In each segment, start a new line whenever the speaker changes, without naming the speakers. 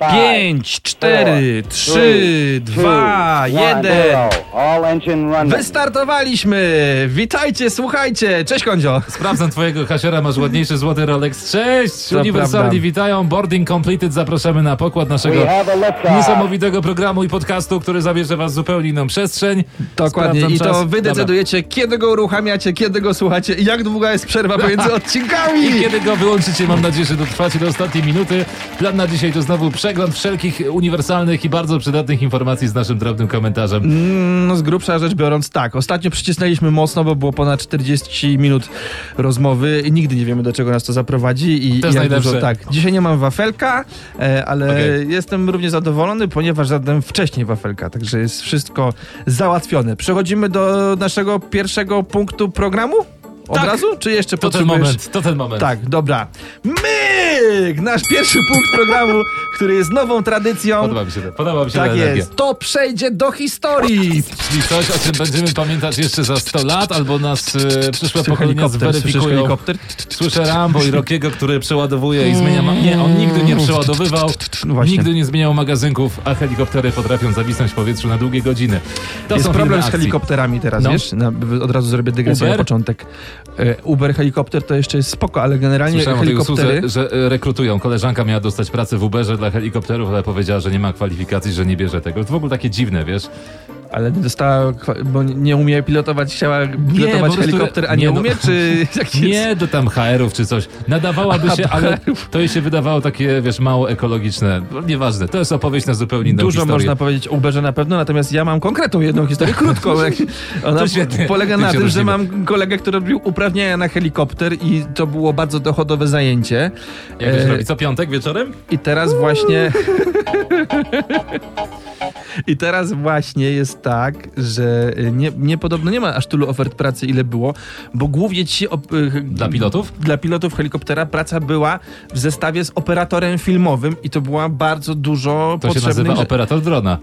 5, 4, 3, 2, 1. Wystartowaliśmy! Witajcie, słuchajcie! Cześć Kondzio!
Sprawdzam twojego hasiora, masz ładniejszy złoty Rolex. Cześć!
To
Uniwersalni
prawda.
witają, boarding completed, zapraszamy na pokład naszego niesamowitego programu i podcastu, który zabierze was w zupełnie inną przestrzeń.
Dokładnie.
Sprawdzam
I to
czas.
wy decydujecie, kiedy go uruchamiacie, kiedy go słuchacie i jak długa jest przerwa pomiędzy odcinkami!
Dobra. I kiedy go wyłączycie, mam nadzieję, że dotrwacie do ostatniej minuty. Plan na dzisiaj to znowu przegląd wszelkich uniwersalnych i bardzo przydatnych informacji z naszym drobnym komentarzem.
No z grubsza rzecz biorąc, tak. Ostatnio przycisnęliśmy mocno, bo było ponad 40 minut rozmowy i nigdy nie wiemy, do czego nas to zaprowadzi. I,
To
i jak
jest najlepsze.
dużo, tak. Dzisiaj nie mam wafelka, e, ale
Okej.
jestem równie zadowolony, ponieważ zadałem wcześniej wafelka, także jest wszystko załatwione. Przechodzimy do naszego pierwszego punktu programu? Od
Tak.
razu? Czy jeszcze
To ten
potrzebujesz...
moment, to ten moment.
Tak, dobra. Myk! Nasz pierwszy punkt programu, który jest nową tradycją.
Podoba mi się to, podoba mi się ta
Tak
energia.
jest. To przejdzie do historii.
Czyli coś, o czym będziemy pamiętać jeszcze za 100 lat, albo nas e, przyszłe
Słyszę
pokolenia
helikopter, słyszysz
zweryfikują.
helikopter?
Słyszę Rambo i Rockiego, który przeładowuje i zmienia... Ma- nie, on nigdy nie przeładowywał,
No właśnie.
nigdy nie zmieniał magazynków, a helikoptery potrafią zawisnąć w powietrzu na długie godziny. To
Jest
są
problem
filmy
z
akcji.
helikopterami teraz,
No.
wiesz? Na, od razu zrobię dygresję
Uber?
na początek. E, Uber helikopter to jeszcze jest spoko, ale generalnie
Słyszałem o tej
helikoptery...
usłudze, że e, rekrutują. Koleżanka miała dostać pracę w Uberze dla helikopterów, ale powiedziała, że nie ma kwalifikacji, że nie bierze tego. To w ogóle takie dziwne, wiesz?
Ale nie dostała, kwa- bo nie umie pilotować, chciała
po
pilotować
prostu-
helikopter, a nie,
nie, no-
umie, czy... Jak jest?
Nie do tam HR-ów czy coś. Nadawałaby się, ale to jej się wydawało takie, wiesz, mało ekologiczne. No, Nieważne, to jest opowieść na zupełnie inną
Dużo
historię.
można powiedzieć o Uberze na pewno, natomiast ja mam konkretną jedną historię, krótką. Jak- Ona
To świetnie.
polega
Tym
na
się
tym, że
różnimy.
mam kolegę, który robił uprawnienia na helikopter i to było bardzo dochodowe zajęcie.
Jak to się
E,
robi? Co piątek wieczorem?
I teraz właśnie. I teraz właśnie jest tak, że nie, nie podobno nie ma aż tylu ofert pracy, ile było, bo głównie ci. Op- y,
Dla pilotów?
Dla pilotów helikoptera praca była w zestawie z operatorem filmowym i to była bardzo dużo
To się
potrzebnych
nazywa
rzeczy.
operator drona.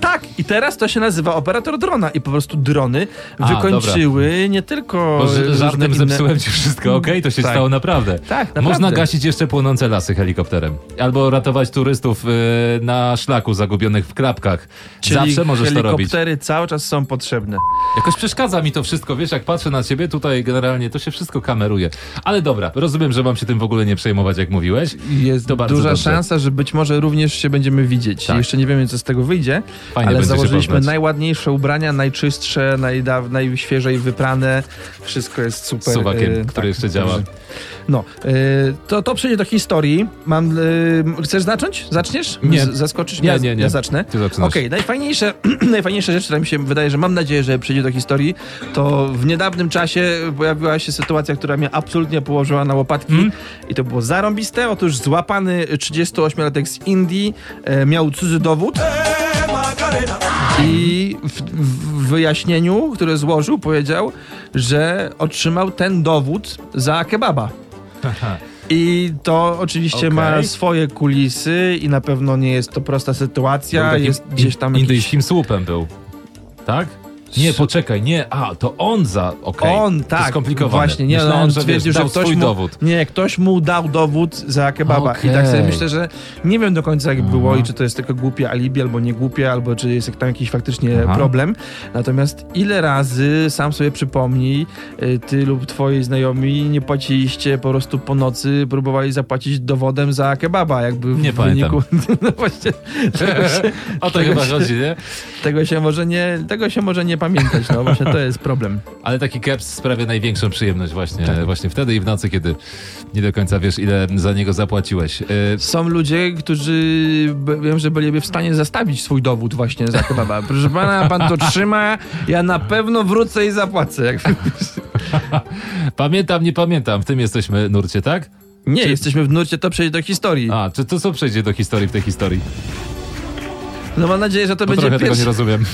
Tak, i teraz to się nazywa operator drona i po prostu drony
A,
wykończyły nie tylko
Bo
różne
ż- żartem
inne-
zepsułem ci wszystko, okej? To się
Tak.
stało naprawdę.
Tak, naprawdę.
Można gasić jeszcze płonące lasy helikopterem. Albo ratować turystów y, na szlaku zagubionych w klapkach.
Czyli
Zawsze możesz to robić.
Helikoptery cały czas są potrzebne.
Jakoś przeszkadza mi to wszystko, wiesz, jak patrzę na ciebie, tutaj generalnie to się wszystko kameruje. Ale dobra, rozumiem, że mam się tym w ogóle nie przejmować, jak mówiłeś.
Jest
To bardzo
duża
dobrze.
szansa, że być może również się będziemy widzieć.
Tak.
Jeszcze nie wiemy, co z tego wyjdzie,
Fajnie
ale
będzie się
założyliśmy
poznać.
najładniejsze ubrania, najczystsze, najda- najświeżej wyprane. Wszystko jest super.
Suwakiem,
e,
który jeszcze działa.
dobrze. No, e, to, to przejdzie do historii. Mam, e, chcesz zacząć? Zaczniesz?
Nie.
Z- Zaskoczysz
Nie,
mnie?
nie, nie.
Ja zacznę.
Ty zaczynasz.
Okej, najfajniejsze, najfajniejsze rzeczy, która mi się wydaje, że mam nadzieję, że przejdzie do historii, to w niedawnym czasie pojawiła się sytuacja, która mnie absolutnie położyła na łopatki i to było zarąbiste. Otóż złapany 38-latek z Indii e, miał cudzy dowód i w, w wyjaśnieniu, które złożył, powiedział, że otrzymał ten dowód za kebaba. I to oczywiście
Okej.
ma swoje kulisy i na pewno nie jest to prosta
Był
sytuacja.
takim
Jest gdzieś tam
in-
jakiś
Indyjskim słupem był. Tak? Nie, poczekaj, nie, a, to on za, okej.
On,
To
tak,
skomplikowane.
właśnie, nie,
Myślałem,
no, on
że, wiesz,
twierdził,
dał
że ktoś
swój
mu,
dowód.
nie, ktoś mu dał dowód za kebaba i tak sobie
Okej. Mhm.
myślę, że nie wiem do końca jak było i czy to jest tylko głupie alibi, albo nie głupie, albo czy jest tam jakiś faktycznie
Aha.
problem, natomiast ile razy, sam sobie przypomnij, y, ty lub twoi znajomi nie płaciliście po prostu po nocy, próbowali zapłacić dowodem za kebaba, jakby w
Nie
wyniku, no właśnie, tego się,
O to
tego
chyba
się-
chodzi, nie?
tego się może nie, tego się może nie pamiętać, no właśnie to jest problem.
Ale taki keps sprawia największą przyjemność właśnie, właśnie wtedy i w nocy, kiedy nie do końca wiesz, ile za niego zapłaciłeś. E,
Są ludzie, którzy b- wiem, że byliby w stanie zastawić swój dowód właśnie za kebaba. Proszę pana, pan to trzyma, ja na pewno wrócę i zapłacę. Jak...
pamiętam, nie pamiętam, w tym jesteśmy nurcie, tak?
Nie, jesteśmy w nurcie, to przejdzie do historii.
A, czy to co przejdzie do historii w tej historii?
No mam nadzieję, że to
Bo
będzie
trochę tego nie
pierwszy.
rozumiem.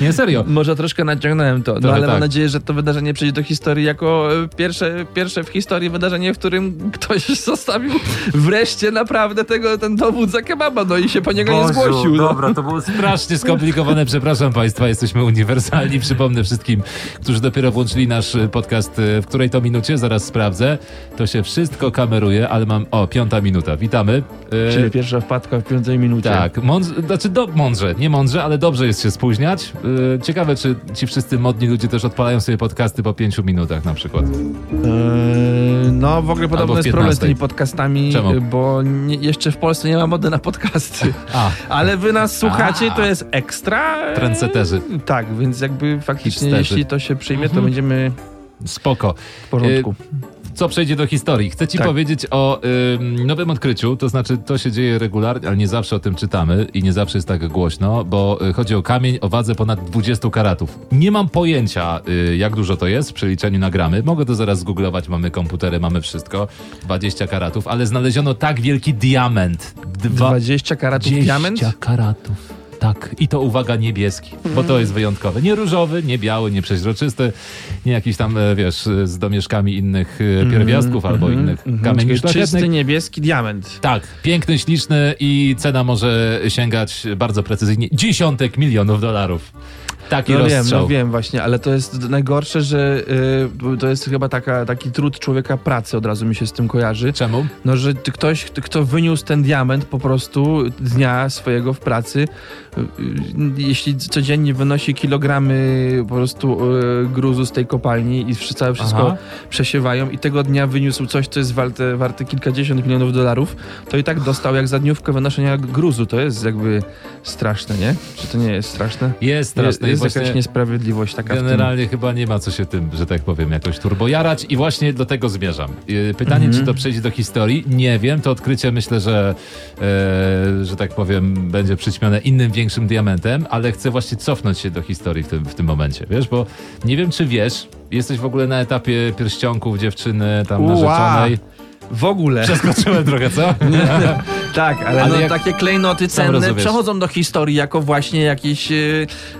nie, serio.
Może troszkę naciągnąłem to, no
Trochę
ale mam
tak.
nadzieję, że to wydarzenie przejdzie do historii jako e, pierwsze, pierwsze w historii wydarzenie, w którym ktoś zostawił wreszcie naprawdę tego, ten dowód za kebaba, no i się po niego nie
Boże,
zgłosił. No.
Dobra, to było
Strasznie skomplikowane, przepraszam Państwa, jesteśmy uniwersalni. Przypomnę wszystkim, którzy dopiero włączyli nasz y, podcast, y, w której to minucie, zaraz sprawdzę. To się wszystko kameruje, ale mam. O, piąta minuta, witamy. Y,
Czyli pierwsza wpadka w piątej minucie.
tak, mądrze, znaczy do, mądrze, nie mądrze, ale dobrze jest się spóźniać. Y, ciekawe, czy ci wszyscy modni ludzie też odpalają sobie podcasty po pięciu minutach na przykład.
Eee, E, no w ogóle
Albo
podobno
w
jest problem z
15.
tymi podcastami,
Czemu?
y, bo nie, jeszcze w Polsce nie ma mody na podcasty.
A,
Ale wy nas słuchacie,
A.
to jest ekstra. e,
Trendseterzy.
Tak, więc jakby faktycznie,
Hipsterzy.
jeśli to się przyjmie, to
Mhm. E,
będziemy
spoko.
w porządku.
co przejdzie do historii. Chcę ci
Tak.
powiedzieć o ym, nowym odkryciu, to znaczy to się dzieje regularnie, ale nie zawsze o tym czytamy i nie zawsze jest tak głośno, bo y, chodzi o kamień o wadze ponad 20 karatów. Nie mam pojęcia, y, jak dużo to jest w przeliczeniu na gramy. Mogę to zaraz zgooglować, mamy komputery, mamy wszystko. 20 karatów, ale znaleziono tak wielki diament. Dwa,
20 karatów diament?
karatów. Tak, i to uwaga niebieski, bo to jest wyjątkowe. Nie różowy, nie biały, nie przeźroczysty, nie jakiś tam, e, wiesz, e, z domieszkami innych e, pierwiastków albo innych kamieni szlachetnych.
Mhm, Czysty niebieski diament.
Tak, piękny, śliczny i cena może sięgać bardzo precyzyjnie dziesiątek milionów dolarów. Taki
No wiem,
rozstrzał.
no wiem właśnie, ale to jest najgorsze, że y, to jest chyba taka, taki trud człowieka pracy, od razu mi się z tym kojarzy.
Czemu?
No, że ty- ktoś, k- kto wyniósł ten diament po prostu dnia swojego w pracy, y, y, jeśli codziennie wynosi kilogramy po prostu y, gruzu z tej kopalni i wszy- całe wszystko
Aha.
przesiewają i tego dnia wyniósł coś, co jest warte, warte kilkadziesiąt milionów dolarów, to i tak dostał jak za dniówkę wynoszenia gruzu. To jest jakby straszne, nie? Czy to nie jest straszne?
Jest straszny. i
jest
właśnie-
jakaś niesprawiedliwość taka w tym.
Generalnie chyba nie ma co się tym, że tak powiem, jakoś turbojarać i właśnie do tego zmierzam. Yy, Pytanie, czy
Mhm.
to przejdzie do historii? Nie wiem, to odkrycie myślę, że, e, że tak powiem, będzie przyćmione innym większym diamentem, ale chcę właśnie cofnąć się do historii w tym, w tym momencie, wiesz, bo nie wiem, czy wiesz, jesteś w ogóle na etapie pierścionków dziewczyny tam
Ua.
narzeczonej.
W ogóle.
Przeskoczyłem trochę, co?
Tak, ale,
Ale
no,
jak-
takie klejnoty
Sam
cenne
rozumiesz.
przechodzą do historii jako właśnie jakieś e,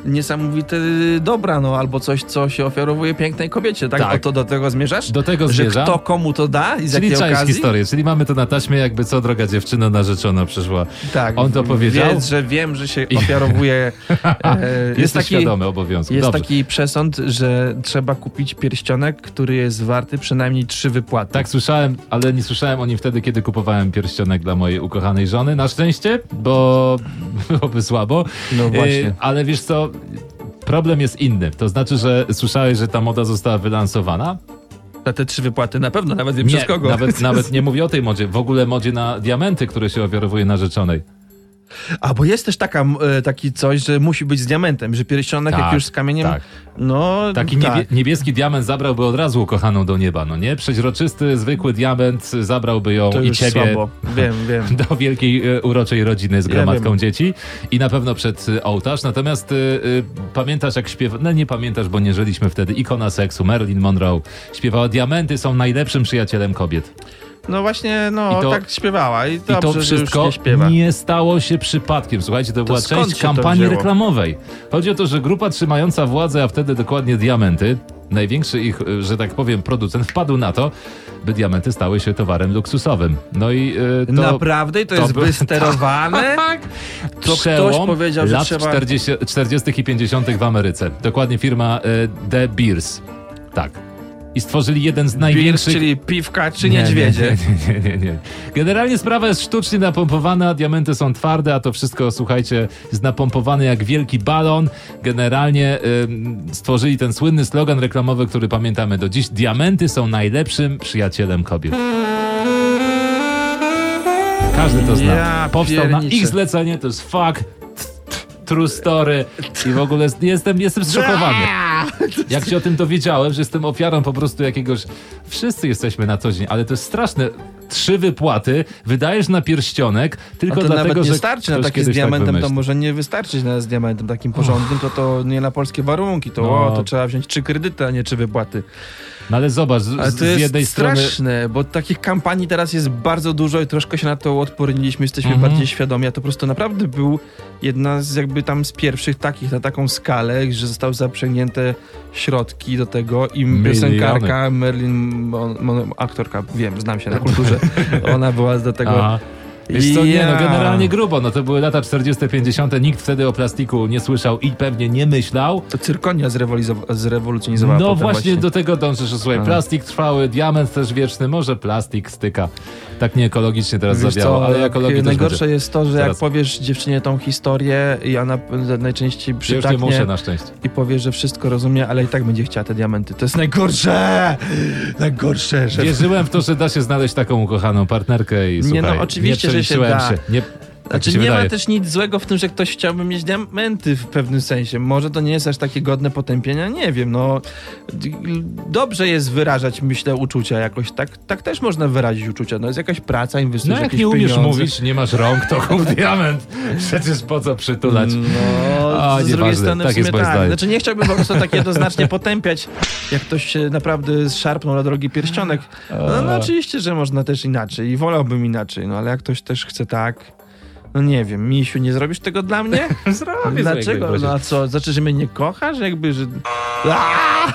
niesamowite dobra, no albo coś, co się ofiarowuje pięknej kobiecie, tak?
Tak.
O to do tego zmierzasz?
Do tego
Że
zmierzam.
kto komu to da i z
Czyli
jakiej
część
okazji?
historii, czyli mamy to na taśmie, jakby co droga dziewczyna narzeczona przyszła.
Tak.
On to powiedział?
Wiedz, że wiem, że się ofiarowuje. E,
Jest taki, świadomy obowiązku.
Jest
Dobrze.
taki przesąd, że trzeba kupić pierścionek, który jest warty przynajmniej trzy wypłaty.
Tak słyszałem, ale nie słyszałem o nim wtedy, kiedy kupowałem pierścionek dla mojej ukochanej żony. Na szczęście, bo byłoby słabo.
No właśnie.
E, ale wiesz co, problem jest inny. To znaczy, że słyszałeś, że ta moda została wylansowana?
Na te trzy wypłaty na pewno, nawet wiem przez kogo.
Nawet, nawet nie mówię o tej modzie. W ogóle modzie na diamenty, które się ofiarowuje narzeczonej.
A bo jest też taka, m, e, taki coś, że musi być z diamentem, że pierścionek
Tak,
jak już z kamieniem,
tak.
no
Taki
tak.
niebie, niebieski diament zabrałby od razu ukochaną do nieba, no nie? Przeźroczysty, zwykły diament zabrałby ją
to
i
już
ciebie.
słabo. Wiem, wiem.
do wielkiej e, uroczej rodziny z
Ja
gromadką
wiem.
dzieci i na pewno przed e, ołtarz. Natomiast e, e, pamiętasz jak śpiewa, no nie pamiętasz, bo nie żyliśmy wtedy, ikona seksu Marilyn Monroe śpiewała Diamenty są najlepszym przyjacielem kobiet.
No właśnie, no
I to-
tak śpiewała i
I
dobrze,
to
że już
wszystko
nie śpiewa.
stało się przypadkiem. Słuchajcie, to, była
skąd
część
się to
kampanii
wzięło?
reklamowej. Chodzi o to, że grupa trzymająca władzę, a wtedy dokładnie Diamenty, największy ich, e, że tak powiem, producent wpadł na to, by diamenty stały się towarem luksusowym. No i e, to...
Naprawdę? I to,
to
jest
by-
wysterowane? To ktoś
przełom
powiedział, że
lat
trzeba...
40, 40 i 50 w Ameryce. Dokładnie firma y, De Beers. Tak. I stworzyli jeden z
Birch,
największych...
czyli piwka, czy niedźwiedzie.
Nie, nie, nie, nie, nie. Generalnie sprawa jest sztucznie napompowana, diamenty są twarde, a to wszystko, słuchajcie, jest napompowane jak wielki balon. Generalnie ym, stworzyli ten słynny slogan reklamowy, który pamiętamy do dziś. Diamenty są najlepszym przyjacielem kobiet. Każdy to zna.
Ja
Powstał na
pierniczę.
ich zlecenie, to jest fuck, true story i w ogóle jestem, jestem zszokowany. Jak się o tym dowiedziałem, że jestem ofiarą po prostu jakiegoś... Wszyscy jesteśmy na co dzień, ale to jest straszne trzy wypłaty, wydajesz na pierścionek,
A
tylko
to
dlatego,
nawet nie
że
starczy na
ktoś
taki z
kiedyś
diamentem,
tak
to
wymyślił.
może nie wystarczyć na, z diamentem takim porządnym, to to nie na polskie warunki, to,
No.
o, to trzeba wziąć trzy kredyty, a nie trzy wypłaty.
No ale zobacz, z,
Ale
z
to jest
jednej strony...
straszne, bo takich kampanii teraz jest bardzo dużo i troszkę się na to odporniliśmy, jesteśmy
Mhm.
bardziej świadomi, a to po prostu naprawdę był jedna z jakby tam z pierwszych takich na taką skalę, że zostały zaprzęgnięte środki do tego i
Miliony.
piosenkarka Merlin, Mon, Mon, aktorka, wiem, znam się na kulturze, ona była do tego...
Aha. Wiesz co, nie, no
Ja.
generalnie grubo, no to były lata 40., 50., nikt wtedy o plastiku nie słyszał i pewnie nie myślał.
To cyrkonia zrewolizo- zrewolucjonizowała
No
potem
właśnie,
właśnie.
do tego dążę, że słuchaj,
Ale.
plastik trwały, diament też wieczny, może plastik styka. Tak nieekologicznie teraz
Wiesz
zadziało,
co,
ale
jak
ekologii też
najgorsze
będzie.
jest to, że
Zaraz.
jak powiesz dziewczynie tą historię i ona p- najczęściej
Ja już nie muszę
przytaknie
na szczęście.
i powie, że wszystko rozumie, ale i tak będzie chciała te diamenty. To jest najgorsze! Najgorsze, że...
Wierzyłem w to, że da się znaleźć taką ukochaną partnerkę i
Nie,
słuchaj,
no, oczywiście,
nie
że się
przeliczyłem
da.
Nie, tak
Znaczy
mi
nie
się wydaje.
ma też nic złego w tym, że ktoś chciałby mieć diamenty w pewnym sensie. Może to nie jest aż takie godne potępienia, nie wiem, no... D- Dobrze jest wyrażać, myślę, uczucia jakoś, tak, tak też można wyrazić uczucia, no jest jakaś praca, inwestujesz
No jak
jakieś
nie umiesz
pieniądze.
mówić, nie masz rąk, to kup diament. Przecież po co przytulać?
No,
A,
z
nieważne,
drugiej strony
tak
w sumie
jest moje
tak.
zdanie.
Znaczy nie chciałbym po prostu tak jednoznacznie potępiać, jak ktoś się naprawdę szarpnął na drogi pierścionek. No, no
A.
oczywiście, że można też inaczej i wolałbym inaczej, no ale jak ktoś też chce tak... No nie wiem, Misiu, nie zrobisz tego dla mnie?
Zrobię
Dlaczego? No a co, znaczy, że mnie nie kochasz? Jakby, że... Aaa!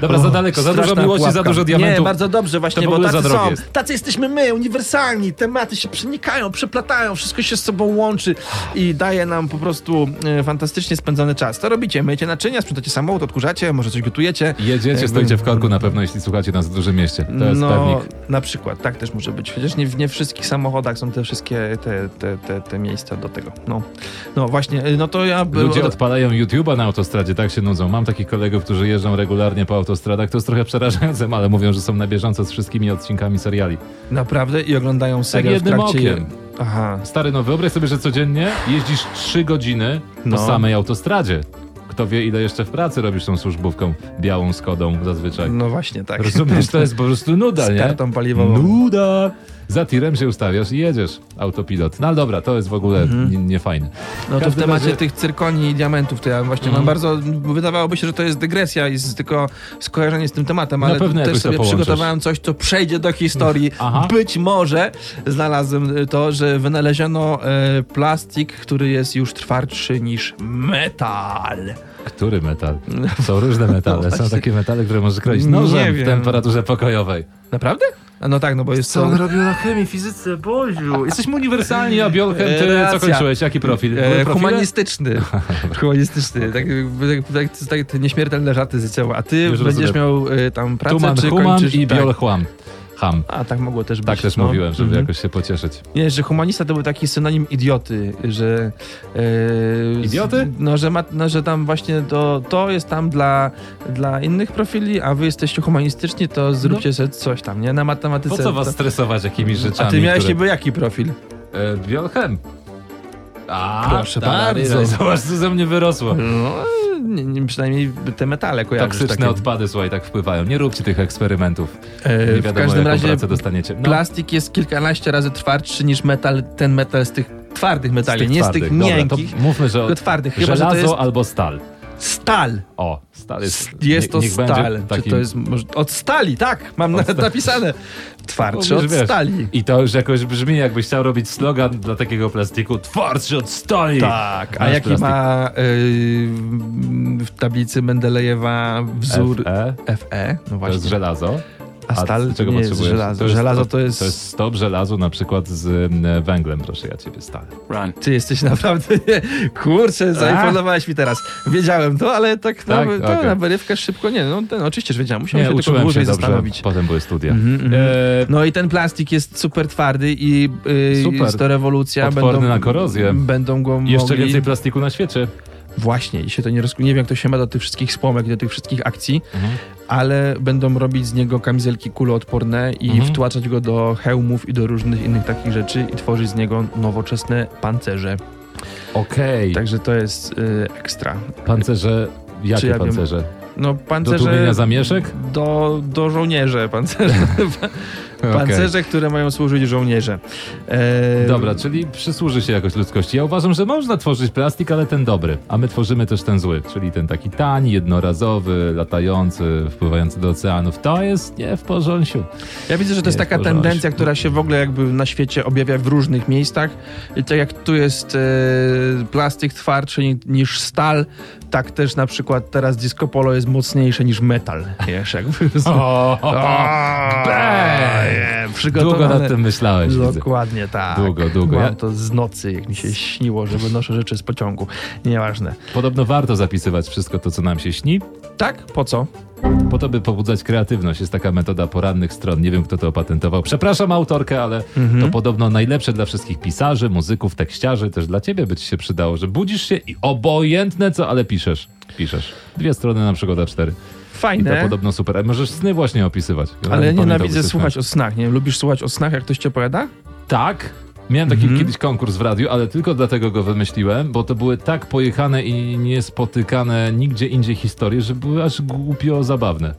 Dobra, za daleko, za dużo
Straszna
miłości, za
pułapka.
dużo diamentów.
Nie, bardzo dobrze właśnie,
To
bo
były
tacy
za drogie.
są. Tacy jesteśmy my, uniwersalni, tematy się przenikają, przeplatają, wszystko się z sobą łączy i daje nam po prostu e, fantastycznie spędzony czas. To robicie, myjecie naczynia, sprzątacie samochód, odkurzacie, może coś gotujecie.
Jedziecie,
Jakby-
stoicie w korku na pewno, jeśli słuchacie nas w dużym mieście. To jest
no,
pewnik.
na przykład, tak też może być. Chociaż nie w nie wszystkich samochodach są te wszystkie te, te, te, te miejsca do tego. No, no właśnie, e, no to ja...
Ludzie odpalają YouTube'a na autostradzie, tak się nudzą. Mam takich kolegów, którzy jeżdżą regularnie po autostradach. To jest trochę przerażające, ale mówią, że są na bieżąco z wszystkimi odcinkami seriali.
Naprawdę? I oglądają serial
Tak jednym
w trakcie...
okiem.
Aha,
Stary, no wyobraź sobie, że codziennie jeździsz 3 godziny
No.
po samej autostradzie. Kto wie, ile jeszcze w pracy robisz tą służbówką białą Skodą zazwyczaj.
no właśnie, tak.
Rozumiesz, to jest po prostu nuda,
Z
nie?
kartą paliwową.
Nuda! Za tirem się ustawiasz i jedziesz, autopilot. No ale dobra, to jest w ogóle n- niefajne.
Mhm. No to w
każdym
temacie
razie-
tych cyrkoni i diamentów, to ja właśnie
Mhm.
mam bardzo, wydawałoby się, że to jest dygresja i z, tylko skojarzenie z tym tematem,
Na
ale
pewno
też
jakoś to
sobie
połączysz. Mhm.
przygotowałem coś, co przejdzie do historii.
Aha.
Być może znalazłem y, to, że wynaleziono e, plastik, który jest już twardszy niż metal.
Który metal? Są różne metale. Są takie metale, które możesz kroić
No. Nie
nożem w
wiem.
temperaturze pokojowej.
Naprawdę? A no tak, no bo jest to...
robił na chemii, fizyce, Boziu? Jesteśmy uniwersalni, a biolchem,
E,
ty co
racja.
kończyłeś? Jaki profil? Były
E,
profile?
humanistyczny. humanistyczny. Tak, tak, tak, tak, te nieśmiertelne żarty z ciała. A ty
Już
będziesz
rozumiem.
miał e, tam pracę,
Tuman,
czy
human
kończysz...
i
tak.
biolchłam. Ham.
A, tak mogło też być.
Tak też
no.
mówiłem, żeby
Mhm.
jakoś się pocieszyć.
Nie, że humanista to był taki synonim idioty, że... e,
Idioty?
z- No, że, ma, no, że tam właśnie to, to jest tam dla, dla innych profili, a wy jesteście humanistyczni, to zróbcie sobie coś tam, nie? Na matematyce...
No. Po co was
to...
stresować jakimiś rzeczami?
A ty miałeś
które-
niby jaki profil?
E, biolchem. A,
Proszę
tararira.
bardzo.
Zobacz, co ze mnie wyrosło.
No, nie, nie, przynajmniej te metale kojarzysz.
Toksyczne
takie.
odpady, słuchaj, tak wpływają. Nie róbcie tych eksperymentów.
E,
Nie
w
wiadomo,
każdym
jaką
razie
pracę dostaniecie. No,
plastik jest kilkanaście razy twardszy niż metal, ten metal z tych twardych
z tych
metali, nie z tych
twardych. Dobra,
miękkich,
to mówmy, że
tylko twardych. Chyba, że
żelazo
to jest
albo stal.
stal.
O, stal jest...
Jest
nie-
to
niech
stal.
Będzie taki...
Czy to jest może, od stali, tak, mam nawet napisane. Twardszy
No,
od
wiesz, wiesz.
stali.
I to już jakoś brzmi, jakbyś chciał robić slogan dla takiego plastiku twardszy od stali.
Tak, a
Nasz
jaki
plastik.
ma y, w tablicy Mendelejewa wzór
FE,
FE? No
E. to jest
właśnie.
żelazo.
A stal
czego
nie jest
potrzebujesz?
żelazo. żelazo to jest...
To jest stop żelazu na przykład z mm, węglem, proszę ja ciebie, stale.
Ty jesteś naprawdę... Kurczę, zaimponowałeś mi teraz. Wiedziałem to, ale tak, na,
Tak?
to
Okej.
na wyrywkę szybko nie. No ten, oczywiście, że wiedziałem. Musiałem
Nie,
się tylko
uczyłem się
dłużej
dobrze,
zastanowić.
potem były studia.
Mhm, mhm.
E,
No i ten plastik jest super twardy i y,
Super.
jest to rewolucja.
Odporny
będą,
na korozję.
Będą go
jeszcze
mogli...
więcej plastiku na świecie.
Właśnie, i się to nie roz... Nie wiem, jak to się ma do tych wszystkich spłomek, do tych wszystkich akcji,
Mhm.
ale będą robić z niego kamizelki kuloodporne i
Mhm.
wtłaczać go do hełmów i do różnych innych takich rzeczy i tworzyć z niego nowoczesne pancerze.
Okej,
Także to jest y, ekstra.
pancerze, jakie
Czy ja wiem?
pancerze?
No
Do
pancerze...
tłumienia zamieszek?
do, do żołnierzy pancerze. Pancerze, które mają służyć żołnierze. E,
Dobra, czyli przysłuży się jakoś ludzkości. Ja uważam, że można tworzyć plastik, ale ten dobry. A my tworzymy też ten zły, czyli ten taki tani, jednorazowy, latający, wpływający do oceanów. To jest nie w porządku.
Ja widzę, że to jest
Nie,
taka
spodziewałem
tendencja,
się.
która się w ogóle jakby na świecie objawia w różnych miejscach. I tak jak tu jest e, plastik twardszy ni- niż stal, tak też na przykład teraz disco polo jest mocniejsze niż metal. Wiesz, jakby...
O,
Eee,
bang! Długo nad
przygotowane...
tym myślałeś. widzę.
Dokładnie tak.
Długo, długo.
Mam
Ja-
to z nocy, jak mi się śniło, że wynoszę rzeczy z pociągu. Nieważne.
Podobno warto zapisywać wszystko to, co nam się śni,
Tak? Po co?
po to, by pobudzać kreatywność. Jest taka metoda porannych stron. Nie wiem, kto to opatentował. Przepraszam autorkę, ale
Mhm.
to podobno najlepsze dla wszystkich pisarzy, muzyków, tekściarzy. Też dla ciebie by ci się przydało, że budzisz się i obojętne co, ale piszesz. Piszesz. Dwie strony na przykład a cztery. I to
Fajne.
podobno super. A Możesz sny właśnie opisywać.
Ale
Pamiętałby
nienawidzę
coś
słuchać
tam.
o snach. Nie lubisz słuchać o snach, jak ktoś ci opowiada?
Tak. Miałem taki
Mhm.
kiedyś konkurs w radiu, ale tylko dlatego go wymyśliłem, bo to były tak pojechane i niespotykane nigdzie indziej historie, że były aż głupio zabawne.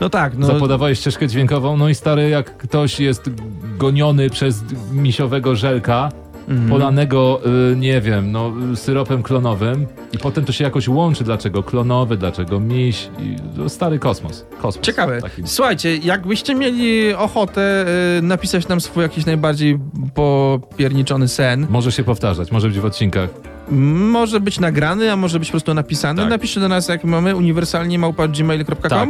No tak, no.
Zapodawałeś ścieżkę dźwiękową, no i stary, jak ktoś jest goniony przez misiowego żelka,
Mhm.
polanego, y, nie wiem, no, y, syropem klonowym i potem to się jakoś łączy, dlaczego klonowy, dlaczego miś, i, no, stary kosmos. kosmos
Ciekawe.
Taki.
Słuchajcie, jakbyście mieli ochotę y, napisać nam swój jakiś najbardziej popierniczony sen,
Może się powtarzać, może być w odcinkach.
m, może być nagrany, a może być po prostu napisany,
Tak.
napiszcie do nas, jak mamy, uniwersalnie małpa.gmail.com.
Tak.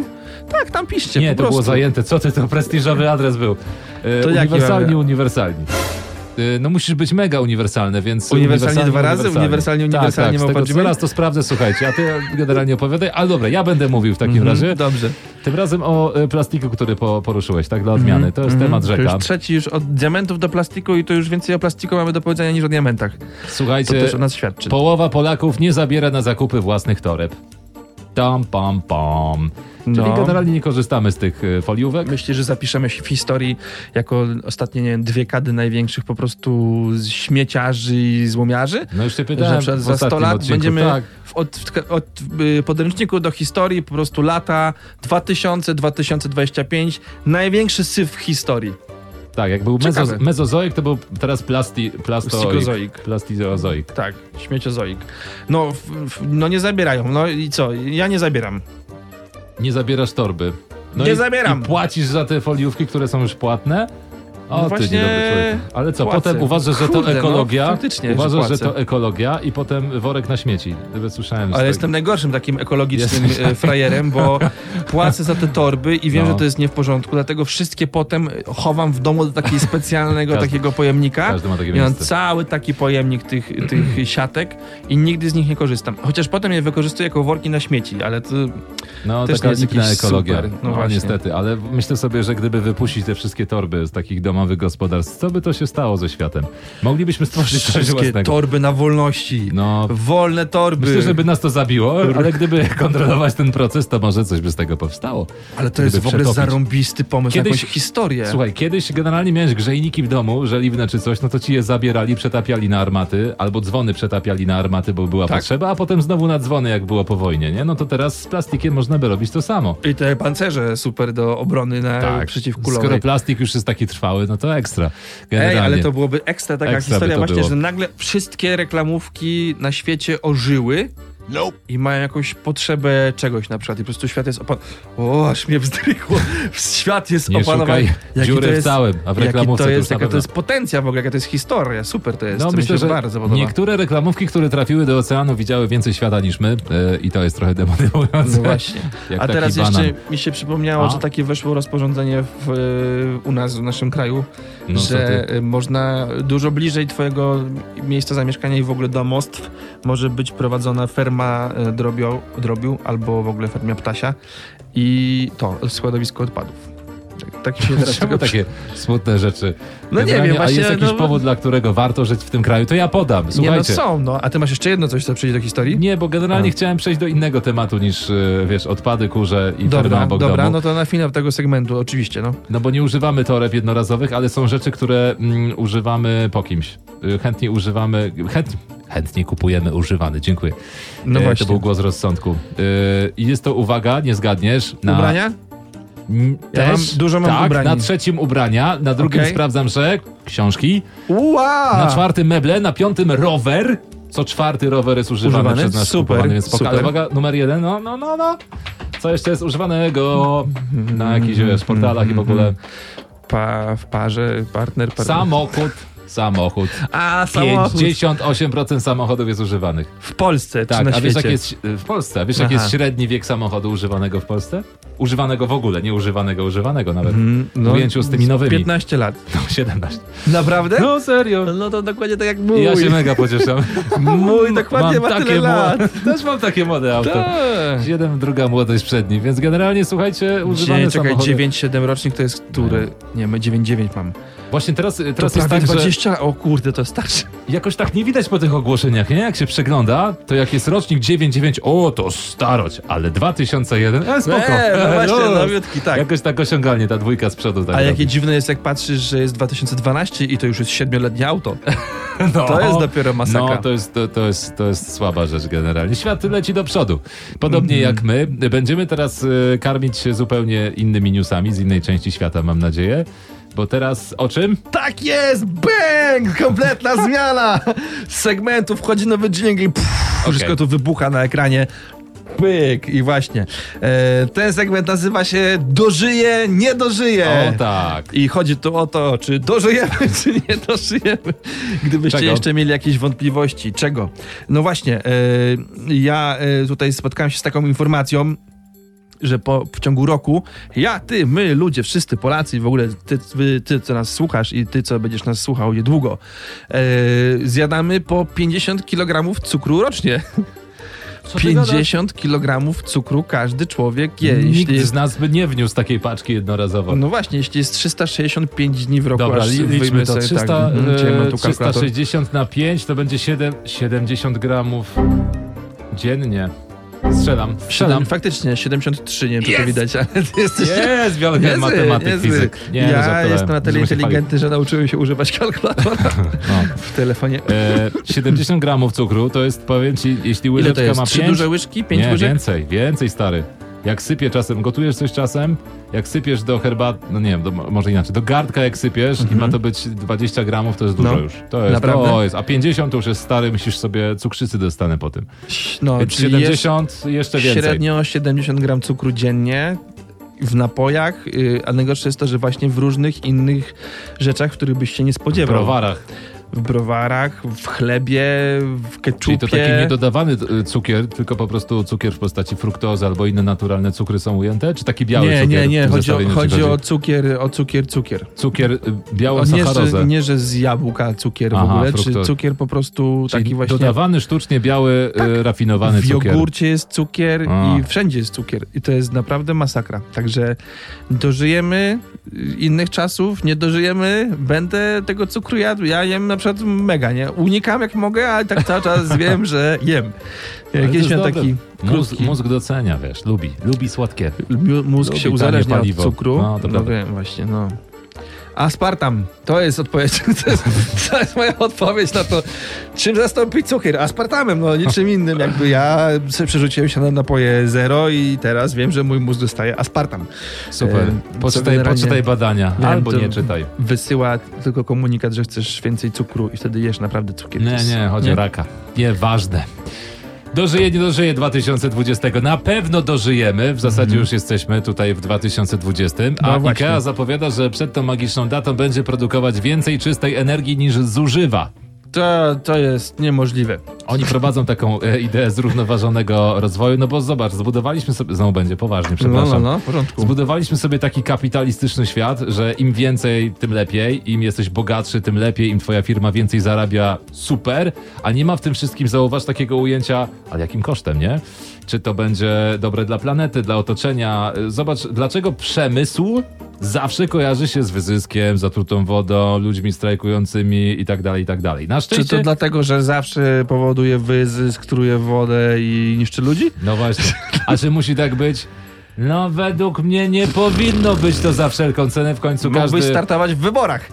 tak, tam piszcie,
nie,
po
to
prostu.
było zajęte, co ty, to prestiżowy adres był. Y,
To jaki mamy?
uniwersalni, uniwersalni. Y, No musisz być mega uniwersalny, więc...
Uniwersalnie dwa razy? Uniwersalnie, uniwersalnie,
Tak, tak, z
małpa
tego,
Gmail?
zaraz to sprawdzę, słuchajcie, a ty generalnie opowiadaj, ale dobra, ja będę mówił w takim
Mhm,
razie.
Dobrze.
Tym razem o y, plastiku, który po, poruszyłeś, tak, dla odmiany. To jest
Mhm.
temat
To
rzeka.
już trzeci, już od diamentów do plastiku i to już więcej o plastiku mamy do powiedzenia niż o diamentach. To
Słuchajcie,
też o nas świadczy.
połowa Polaków nie zabiera na zakupy własnych toreb. Tam, pam, pam. Czyli
No.
generalnie nie korzystamy z tych y, foliówek.
Myślę, że zapiszemy się w historii jako ostatnie, nie wiem, dwie kady największych po prostu z śmieciarzy i złomiarzy.
No już się
Że na
pytałem
przykład
w
za 100
ostatnim
lat
odcinku.
będziemy
Tak,
w od, w- od y, podręczniku do historii po prostu lata 2000-2025 największy syf w historii.
tak, jak był
Ciekawe.
mezo, mezozoik, to był teraz plasti, plastozoik.
Plastikozoik.
Plastizozoik.
Tak, śmieciozoik. No, f, f, no nie zabierają. No i co? Ja nie zabieram.
Nie zabierasz torby. No
Nie
i,
zabieram.
I płacisz za te foliówki, które są już płatne? O,
No
ty
właśnie
niedobry człowiek. Ale co,
płacę.
potem uważasz, że to
Kurde, no,
ekologia.
faktycznie, że
uważasz, że
płacę.
to ekologia i potem worek na śmieci. Gdyby słyszałem. z
Ale
tego.
jestem najgorszym takim ekologicznym e, frajerem, bo płacę za te torby i wiem,
No.
że to jest nie w porządku, dlatego wszystkie potem chowam w domu do takiego specjalnego
Każdy-
takiego pojemnika.
Każdy ma takie
I mam
miejsce.
cały taki pojemnik tych, tych siatek i nigdy z nich nie korzystam. Chociaż potem je wykorzystuję jako worki na śmieci, ale to
No,
Też
taka
nie jest
dziwna
jakiś
ekologia.
super. No
No,
właśnie.
niestety, ale myślę sobie, że gdyby wypuścić te wszystkie torby z takich domowych gospodarstw, co by to się stało ze światem? Moglibyśmy stworzyć coś
wszystkie
własnego.
torby na wolności.
No,
Wolne torby.
myślę, że by nas to zabiło, ale gdyby kontrolować ten proces, to może coś by z tego powstało.
Ale to jest w
gdyby
ogóle
przetopić.
zarąbisty pomysł na
Kiedyś-
jakąś historię.
Słuchaj, kiedyś generalnie miałeś grzejniki w domu, żeliwne czy coś, no to ci je zabierali, przetapiali na armaty, albo dzwony przetapiali na armaty, bo była
Tak.
potrzeba, a potem znowu na dzwony, jak było po wojnie, nie? No to teraz z plastikiem można by robić to samo.
I te pancerze super do obrony na Tak. przeciwkulowej.
Tak. Skoro plastik już jest taki trwały, no to ekstra.
Ej,
Generalnie.
ale to byłoby ekstra taka
Ekstra by
historia
to
właśnie,
było.
że nagle wszystkie reklamówki na świecie ożyły i mają jakąś potrzebę czegoś na przykład i po prostu świat jest opan... O, aż mnie wzdrychło. Świat jest
Nie
opanowany.
szukaj dziury w całym, a w
jaki to
reklamówce to
jest,
już na
jaka to
pewno.
jest potencja w ogóle, jaka to jest historia. Super to jest.
No
to
myślę,
mi się
że
bardzo podoba.
niektóre reklamówki, które trafiły do oceanu, widziały więcej świata niż my yy, i to jest trochę demotywujące.
No właśnie.
Jak
A
taki
teraz
banan. No.
jeszcze mi się przypomniało,
A?
że takie weszło rozporządzenie w, y, u nas, w naszym kraju,
No, co
że
ty?
y, można dużo bliżej twojego miejsca zamieszkania i w ogóle domostw może być prowadzona ferma y, drobiu, drobiu albo w ogóle fermia ptasia i to, składowisko odpadów. Tak, tak mi się teraz
Czemu
tego
takie smutne rzeczy?
No nie
Generalnie,
wiem, właśnie,
A jest jakiś
no-
powód, dla którego warto żyć w tym kraju, to ja podam.
Nie no
Słuchajcie.
są, no. A ty masz jeszcze jedno coś, co przyjdzie do historii?
Nie, bo generalnie
A.
chciałem przejść do innego tematu niż, y, wiesz, odpady, kurze i ferma
Dobra,
obok
dobra,
domu.
no to na finał tego segmentu, oczywiście, no.
No bo nie używamy toreb jednorazowych, ale są rzeczy, które mm, używamy po kimś. Y, Chętnie używamy, chęt, chętnie kupujemy używany, dziękuję.
No
E,
właśnie.
To był głos rozsądku. Y, I jest to uwaga, nie zgadniesz. Na
Ubrania?
N-
Ja mam- dużo mam
tak,
ubrań.
na trzecim ubrania, na drugim
Okej.
sprawdzam, że książki,
Ua!
na czwartym meble, na piątym rower. Co czwarty rower jest używany,
Używany?
przez nas
Super,
kupowany, więc poka-
super.
ale uwaga, numer jeden, no, no, no, no. Co jeszcze jest używanego na
Mm-hmm.
jakichś wiesz, portalach i w ogóle?
Pa, w parze, partner, partner.
Samochód, samochód.
A, samochód.
58% samochodów jest używanych.
W Polsce czy
Tak,
na
a wiesz
świecie?
jak jest y, w Polsce? A Wiesz jak
Aha.
jest średni wiek samochodu używanego w Polsce? Używanego w ogóle, nie używanego, używanego nawet.
Mm,
w ujęciu z tymi nowymi.
15 lat.
No, 17.
Naprawdę? No,
No serio.
to dokładnie tak jak mój.
Ja się mega pocieszam.
Mój dokładnie
mam
ma
takie
tyle lat.
młode, Też mam takie młode auto.
Tak.
Jeden, druga młodość przedni, więc generalnie słuchajcie, używane
Nie, czekaj,
samochody.
9-7 rocznik to jest który? Nie, my 9-9 mam.
Właśnie teraz, teraz
to
jest
prawie
tak, że
20 lat. O kurde, to starsze.
jakoś tak nie widać po tych ogłoszeniach, nie? Jak się przegląda, to jak jest rocznik 99, o to starość, ale 2001, e, spoko.
Nie, no właśnie,
Luz.
nowiutki, tak.
Jakoś tak osiągalnie ta dwójka z przodu. Tak
A
robi.
jakie dziwne jest, jak patrzysz, że jest 2012 i to już jest 7-letnie auto.
no.
To jest dopiero masakra.
No, to jest, to, to, jest, to jest słaba rzecz generalnie. Świat leci do przodu. Podobnie jak my. Będziemy teraz y, karmić się zupełnie innymi newsami z innej części świata, mam nadzieję. Bo teraz o czym?
Tak jest! Bang! Kompletna zmiana! Z segmentu wchodzi nowy dźwięk i pff,
Okej.
wszystko tu wybucha na ekranie. Pyk! I właśnie. E, ten segment nazywa się Dożyje, nie dożyje!
O tak.
I chodzi tu o to, czy dożyjemy, czy nie dożyjemy. Gdybyście
Czego?
jeszcze mieli jakieś wątpliwości. Czego? No właśnie, e, ja e, tutaj spotkałem się z taką informacją, że po, w ciągu roku ja, ty, my, ludzie, wszyscy Polacy i w ogóle ty, ty, ty, co nas słuchasz i ty, co będziesz nas słuchał niedługo, e, zjadamy po 50 kg cukru rocznie.
Co ty gadasz?
50 kg cukru każdy człowiek je.
Nikt
Jeśli,
z nas by nie wniósł takiej paczki jednorazowo.
no właśnie, jeśli jest 365 dni w roku,
Dobra,
aż
li-
No, wyjmę
liczmy to.
sobie
300,
tak, mhm, gdzie mam
e,
tu kalkulator?
360 na 5 to będzie 7, 70 gramów dziennie. Strzelam, strzelam.
Siedem- Faktycznie, 73, nie wiem, czy to widać, ale ty jesteś...
Jest, Wielgen,
niezły,
matematyk,
niezły.
fizyk. Nie, no,
ja
żartowałem.
jestem na tyle
Musimy się
inteligentny, że nauczyłem się używać kalkulatora
chwalić. No.
w telefonie.
E, 70 gramów cukru to jest, powiem ci,
Ile to
jeśli łyżeczka
jest?
ma
Trzy
5,
duże łyżki? Pięć
nie,
łyżek?
więcej, więcej stary. Jak sypie czasem, gotujesz coś czasem, jak sypiesz do herbaty, no nie wiem, do, może inaczej, do garnka jak sypiesz i ma to być 20 gramów, to jest dużo
Mhm. No.
już. To jest,
Naprawdę?
to jest, a 50 to już jest stary, myślisz sobie, cukrzycy dostanę po tym.
No,
Więc
czyli jest
70 jeszcze więcej.
średnio 70 gram cukru dziennie w napojach, yy, a najgorsze jest to, że właśnie w różnych innych rzeczach, których byś się nie
w
spodziewał.
browarach.
W browarach, w chlebie, w
Czyli
keczupie.
to taki niedodawany y, cukier, tylko po prostu cukier w postaci fruktozy albo inne naturalne cukry są ujęte? Czy taki biały
nie,
cukier?
nie,
w
nie,
tym
chodzi o,
zestawieniu ci
chodzi o cukier, o cukier, cukier.
Cukier y, białą
O, nie, że,
sacharozę.
nie, że z jabłka cukier
Aha,
w ogóle,
fruktoza.
czy cukier po prostu
Czyli
taki właśnie. Tak,
dodawany sztucznie biały, e, rafinowany
W
cukier.
jogurcie jest cukier
A.
i wszędzie jest cukier. I to jest naprawdę masakra. Także dożyjemy innych czasów, nie dożyjemy, będę tego cukru jadł. Ja jem na przykład mega, nie? Unikam jak mogę, ale tak cały czas wiem, że jem.
Ale to
Kiedyś
jest
miał
dobre.
taki
Mózg,
krótki-
mózg docenia, wiesz, lubi, lubi słodkie.
Mu- Mózg
Lubi
się
tanie
uzależnia od
paliwo.
cukru.
No,
No,
to prawda.
wiem, właśnie, no. Aspartam. To jest odpowiedź. To jest, to jest moja odpowiedź na to, czym zastąpić cukier. Aspartamem, no niczym innym. Jakby ja se przerzuciłem się na napoje zero i teraz wiem, że mój mózg dostaje aspartam.
Super.
Em, co
Poczytaj,
generalnie-
poczytaj badania,
Wiem,
albo
to-
nie czytaj.
Wysyła tylko komunikat, że chcesz więcej cukru i wtedy jesz naprawdę cukier. To
Nie,
jest-
nie, chodzi o raka. Nieważne. Dożyje, nie dożyje 2020. Na pewno dożyjemy. W zasadzie już jesteśmy tutaj w 2020.
No
A
właśnie.
IKEA zapowiada, że przed tą magiczną datą będzie produkować więcej czystej energii niż zużywa.
To, to jest niemożliwe.
Oni prowadzą taką e, ideę zrównoważonego rozwoju, no bo zobacz, zbudowaliśmy sobie, znowu będzie poważnie,
No,
przepraszam.
no, no, w porządku.
Zbudowaliśmy sobie taki kapitalistyczny świat, że im więcej, tym lepiej, im jesteś bogatszy, tym lepiej, im twoja firma więcej zarabia, super, a nie ma w tym wszystkim, zauważ, takiego ujęcia, ale jakim kosztem, nie? Czy to będzie dobre dla planety, dla otoczenia? Y, Zobacz, dlaczego przemysł zawsze kojarzy się z wyzyskiem, zatrutą wodą, ludźmi strajkującymi i tak dalej, i tak dalej. Na
Czy
szczęście...
to dlatego, że zawsze powoduje wyzysk, truje wodę i niszczy ludzi?
No właśnie. A czy musi tak być? No według mnie nie powinno być to za wszelką cenę w końcu
Mógłby
każdy...
startować w wyborach.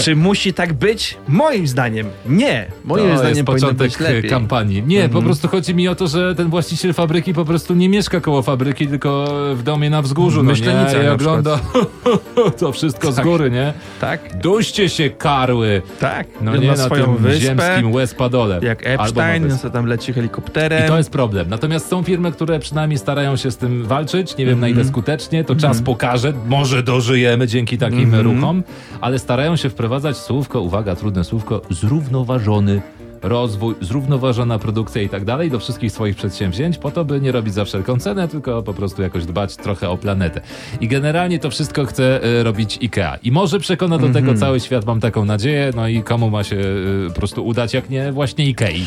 Czy musi tak być? Moim zdaniem nie.
To
Moim zdaniem
jest
powinno
początek
być lepiej. Mhm.
kampanii. Nie, po prostu chodzi mi o to, że ten właściciel fabryki po prostu nie mieszka koło fabryki, tylko w domie na wzgórzu. No
Myślenica
nie? I
na
ogląda to wszystko z
Tak.
góry, nie?
Tak,
Duście się karły!
tak.
No
On
nie
ma
na
swoją
tym
wyspę,
ziemskim łespadole.
jak
Albo na
Epstein,
wyspie.
no co tam leci helikopterem.
I to jest problem. Natomiast są firmy, które przynajmniej starają się z tym walczyć. Nie wiem na ile skutecznie, to czas pokaże. Może dożyjemy dzięki takim ruchom, ale starają się wprowadzać słówko, uwaga, trudne słówko, zrównoważony rozwój, zrównoważona produkcja i tak dalej do wszystkich swoich przedsięwzięć, po to, by nie robić za wszelką cenę, tylko po prostu jakoś dbać trochę o planetę. I generalnie to wszystko chce y, robić IKEA. I może przekona do tego cały świat, mam taką nadzieję, no i komu ma się y, po prostu udać, jak nie właśnie IKEA.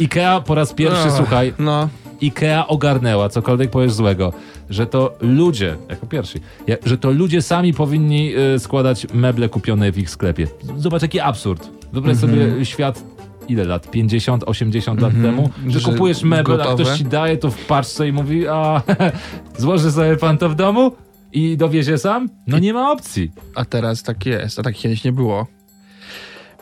IKEA po raz pierwszy,
Ach,
słuchaj,
No,
Ikea ogarnęła, cokolwiek powiesz złego, że to ludzie, jako pierwsi, ja- że to ludzie sami powinni y, składać meble kupione w ich sklepie. Zobacz jaki absurd. Wyobraź
Mhm.
sobie świat ile lat? 50, 80 lat temu? Że,
Że
kupujesz meble, a
gotowe.
ktoś ci daje to w paczce i mówi, a złoży sobie pan to w domu? I dowiezie sam? No nie ma opcji.
a teraz tak jest, a tak kiedyś nie było.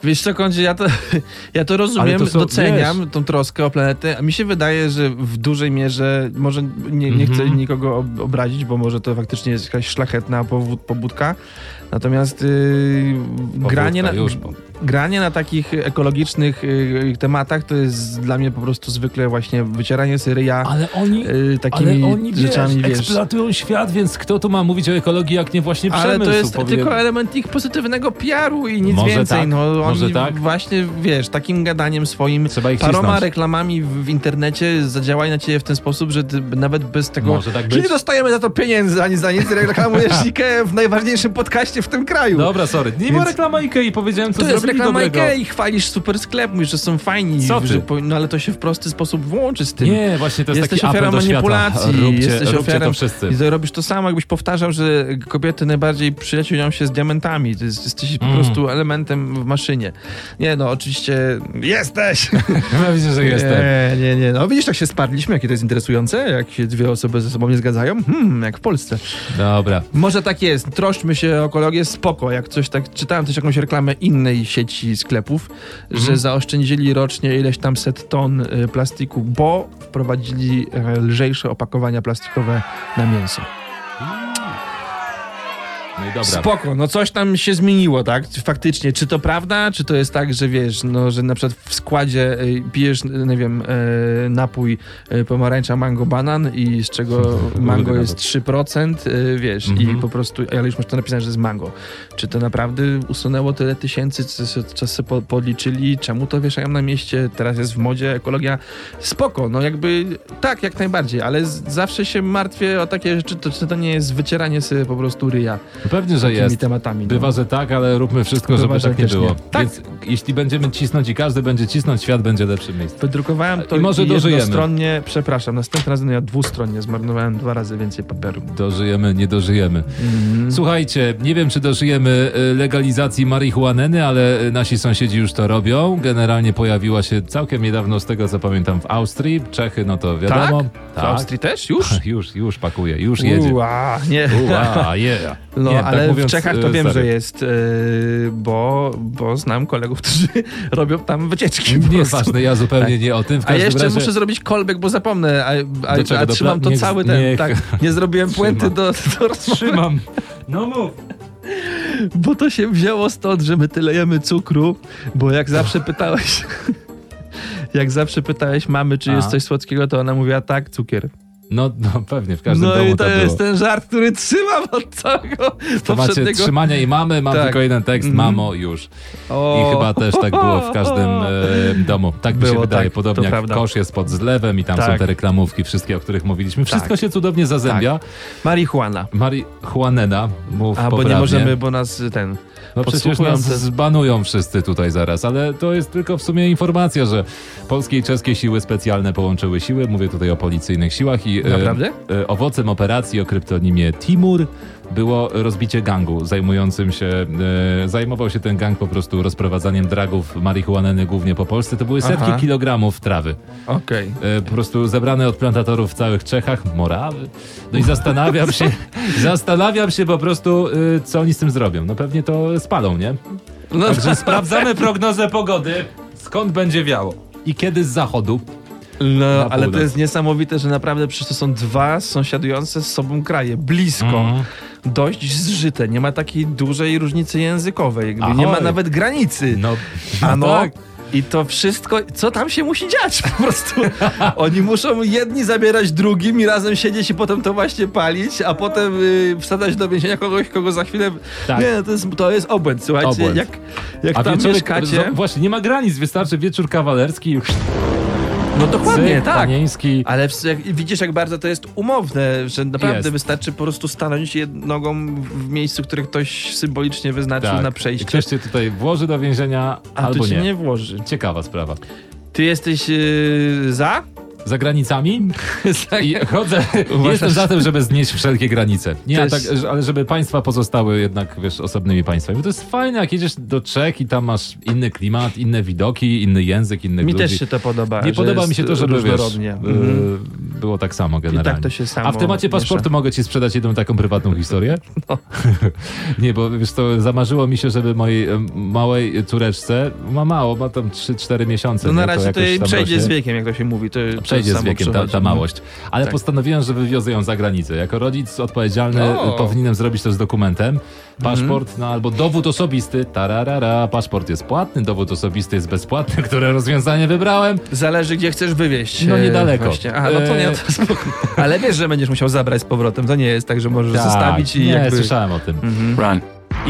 Wiesz co, Kondzie, ja to, ja to rozumiem,
to są-
doceniam tą troskę o planetę, a mi się wydaje, że w dużej mierze, może nie, nie
Mhm.
chcę nikogo ob- obrazić, bo może to faktycznie jest jakaś szlachetna powód, pobudka, natomiast yy, granie, na,
Powódka, już, bo...
granie na takich ekologicznych yy, tematach to jest dla mnie po prostu zwykle właśnie wycieranie syryja
Ale oni...
yy,
Ale
takimi
oni wiesz,
rzeczami, wiesz.
eksploatują świat, więc kto tu ma mówić o ekologii, jak nie właśnie przemysł?
Ale to jest
powinien-
tylko element ich pozytywnego PR-u i nic
Może
więcej.
tak,
No,
może
oni
tak.
właśnie, wiesz, takim gadaniem swoim,
Trzeba ich
paroma
cisnąć.
reklamami w, w internecie zadziałaj na ciebie w ten sposób, że ty b- nawet bez tego...
Może tak
Czy
być?
nie dostajemy za to pieniędzy ani za nic, reklamujesz Ikea w najważniejszym podcaście w tym kraju.
Dobra, sorry. Nie
Więc-
ma reklama Ikei, powiedziałem co
To jest
zrobili
reklama
dobrego.
Ikea i chwalisz super sklep, mówisz, że są fajni,
Co ty?
że po- no ale to się w prosty sposób włączy z tym.
Nie, właśnie to jest
Jesteś
taki apel
ofiarą
do świata.
manipulacji,
Róbcie,
jesteś
róbcie
ofiarą
to wszyscy.
I to robisz to samo, jakbyś powtarzał, że kobiety najbardziej przyjaciółą się z diamentami. Ty jest- jesteś
Mm.
po prostu elementem w maszynie. Nie no, oczywiście jesteś!
Ja widzę, że jestem.
Nie, nie, nie. No widzisz, tak się sparliśmy, jakie to jest interesujące, jak się dwie osoby ze sobą nie zgadzają. Hmm, jak w Polsce.
Dobra.
Może tak jest, troszczmy się o ekologię, spoko. Jak coś tak, czytałem też jakąś reklamę innej sieci sklepów,
Mhm.
że zaoszczędzili rocznie ileś tam set ton y, plastiku, bo wprowadzili e, lżejsze opakowania plastikowe na mięso.
No i dobra.
Spoko, no coś tam się zmieniło, tak? Faktycznie, czy to prawda, czy to jest tak, że wiesz, no, że na przykład w składzie y, pijesz, y, nie wiem, y, napój y, pomarańcza mango banan i z czego mango
nawet.
jest 3%, y, wiesz,
Mhm.
i po prostu, ale już masz to napisane, że jest mango. Czy to naprawdę usunęło tyle tysięcy, co se- co se po, podliczyli, czemu to wieszają na mieście, teraz jest w modzie ekologia. Spoko, no jakby tak, jak najbardziej, ale z, zawsze się martwię o takie rzeczy, to, czy to nie jest wycieranie sobie po prostu ryja
Pewnie, że
tymi
jest.
tematami. no.
Bywa, że tak, ale róbmy wszystko,
Bywa,
żeby
że
tak nie
też
było.
nie. Tak.
Więc jeśli będziemy cisnąć i każdy będzie cisnąć, świat będzie lepszym miejscem.
Wydrukowałem to
I może dożyjemy.
jednostronnie, przepraszam, następnym razem ja dwustronnie, zmarnowałem dwa razy więcej papieru.
Tak? Dożyjemy, nie dożyjemy.
Mhm.
Słuchajcie, nie wiem, czy dożyjemy y, legalizacji marihuany, ale y, nasi sąsiedzi już to robią. Generalnie pojawiła się całkiem niedawno, z tego co pamiętam, w Austrii. Czechy, no to wiadomo.
Tak? W Austrii też? Już?
Już, już pakuje, już jedzie.
Ua, nie.
Ua, yeah.
No,
Nie, tak
ale
mówiąc,
w Czechach to
y,
wiem,
sorry.
że jest, yy, bo, bo znam kolegów, którzy robią tam wycieczki. po
Nie jest
prostu.
ważne, ja zupełnie
Tak.
nie o tym. W
A
każdym
jeszcze
razie...
muszę zrobić kolbek, bo zapomnę, a, a,
Do czego?
a
Do
trzymam
pla-
to
niech-
cały ten,
niech-
tak, nie zrobiłem puenty do, do rozmowy.
Trzymam. No mów.
Bo to się wzięło stąd, że my tyle jemy cukru, bo jak zawsze pytałeś. Jak zawsze pytałeś mamy, czy jest
A.
coś słodkiego, to ona mówiła tak, cukier.
No, no pewnie, w każdym
No
domu
i to
to
jest
było.
ten żart, który trzymam od całego
To macie
poprzedniego.
trzymania i mamy, mam
Tak.
tylko jeden tekst,
Mhm.
mamo już.
O.
I chyba też tak było w każdym e, domu. Tak mi się
Było,
wydaje.
tak, to
Podobnie jak
prawda.
kosz jest pod zlewem i tam są
Tak.
te reklamówki wszystkie, o których mówiliśmy. Wszystko się cudownie zazębia.
Tak. Marihuana.
Marihuanena, mów
A, bo
poprawnie.
nie możemy, bo nas y, ten...
No przecież nas
Podsłuchujące.
zbanują wszyscy tutaj zaraz, ale to jest tylko w sumie informacja, że polskie i czeskie siły specjalne połączyły siły. Mówię tutaj o policyjnych siłach i e,
Naprawdę?
e, owocem operacji o kryptonimie Timur było rozbicie gangu zajmującym się, e, zajmował się ten gang po prostu rozprowadzaniem dragów marihuany głównie po Polsce. To były setki
Aha.
kilogramów trawy.
Okej.
E, po prostu zebrane od plantatorów w całych Czechach, Morawy. No i zastanawiam się, zastanawiam się po prostu, y, co oni z tym zrobią. No pewnie to spalą, nie?
No,
Także sprawdzamy prognozę pogody, skąd będzie wiało i kiedy z zachodu.
no ale to
północ.
jest niesamowite, że naprawdę przecież to są dwa sąsiadujące z sobą kraje, blisko,
Mhm.
dość zżyte. Nie ma takiej dużej różnicy językowej, jakby nie ma
Ahoj.
nawet granicy.
No,
A no,
tak.
I to wszystko, co tam się musi dziać po prostu. Oni muszą jedni zabierać drugim i razem siedzieć i potem to właśnie palić, a potem y, wsadzać do więzienia kogoś, kogo za chwilę...
Tak.
Nie, no to jest, to jest obłęd, słuchajcie,
Obłęd.
jak, jak
A
tam mieszkacie...
z- Właśnie, nie ma granic, wystarczy wieczór kawalerski, już
No dokładnie,
cyk,
tak.
panieński.
Ale w- jak, widzisz, jak bardzo to jest umowne, że naprawdę
Jest.
wystarczy po prostu stanąć jed- nogą w miejscu, które ktoś symbolicznie wyznaczył
Tak.
na przejście.
Ktoś cię tutaj włoży do więzienia,
A
albo
tu cię
nie.
nie. włoży.
Ciekawa sprawa.
Ty jesteś yy, za?
Za granicami? I chodzę, jestem za tym, żeby znieść wszelkie granice. Nie,
To
a tak,
jest-
że- ale żeby państwa pozostały jednak, wiesz, osobnymi państwami. To jest fajne, jak jedziesz do Czech i tam masz inny klimat, inne widoki, inny język, innych
Mi
ludzi.
też się to podoba.
Nie
że
podoba mi się
jest
to, żeby wiesz,
różnorodnie.
e,
Mhm.
było tak samo generalnie.
tak to się samo
A w temacie
miesza. No.
paszportu mogę ci sprzedać jedną taką prywatną historię? nie, bo wiesz to zamarzyło mi się, żeby mojej em, małej córeczce, ma mało, ma tam 3-4 miesiące.
No
nie?
na razie to
jakoś
jej
tam
przejdzie
rośnie.
z wiekiem, jak to się mówi. To, to
Przejdzie z
samo
wiekiem ta,
przychodzi.
ta małość. Ale
Tak.
postanowiłem, że wywiozę ją za granicę. Jako rodzic odpowiedzialny
O.
y, powinienem zrobić to z dokumentem. Paszport
Mhm.
no, albo dowód osobisty. Tararara, paszport jest płatny, dowód osobisty jest bezpłatny, które rozwiązanie wybrałem.
Zależy, gdzie chcesz wywieźć.
No
e,
niedaleko.
Właśnie. Aha, no to nie,
E,
to spoko. Ale wiesz, że będziesz musiał zabrać z powrotem. To nie jest tak, że możesz zostawić i
nie,
jakby... Mhm.
słyszałem o tym.
Run.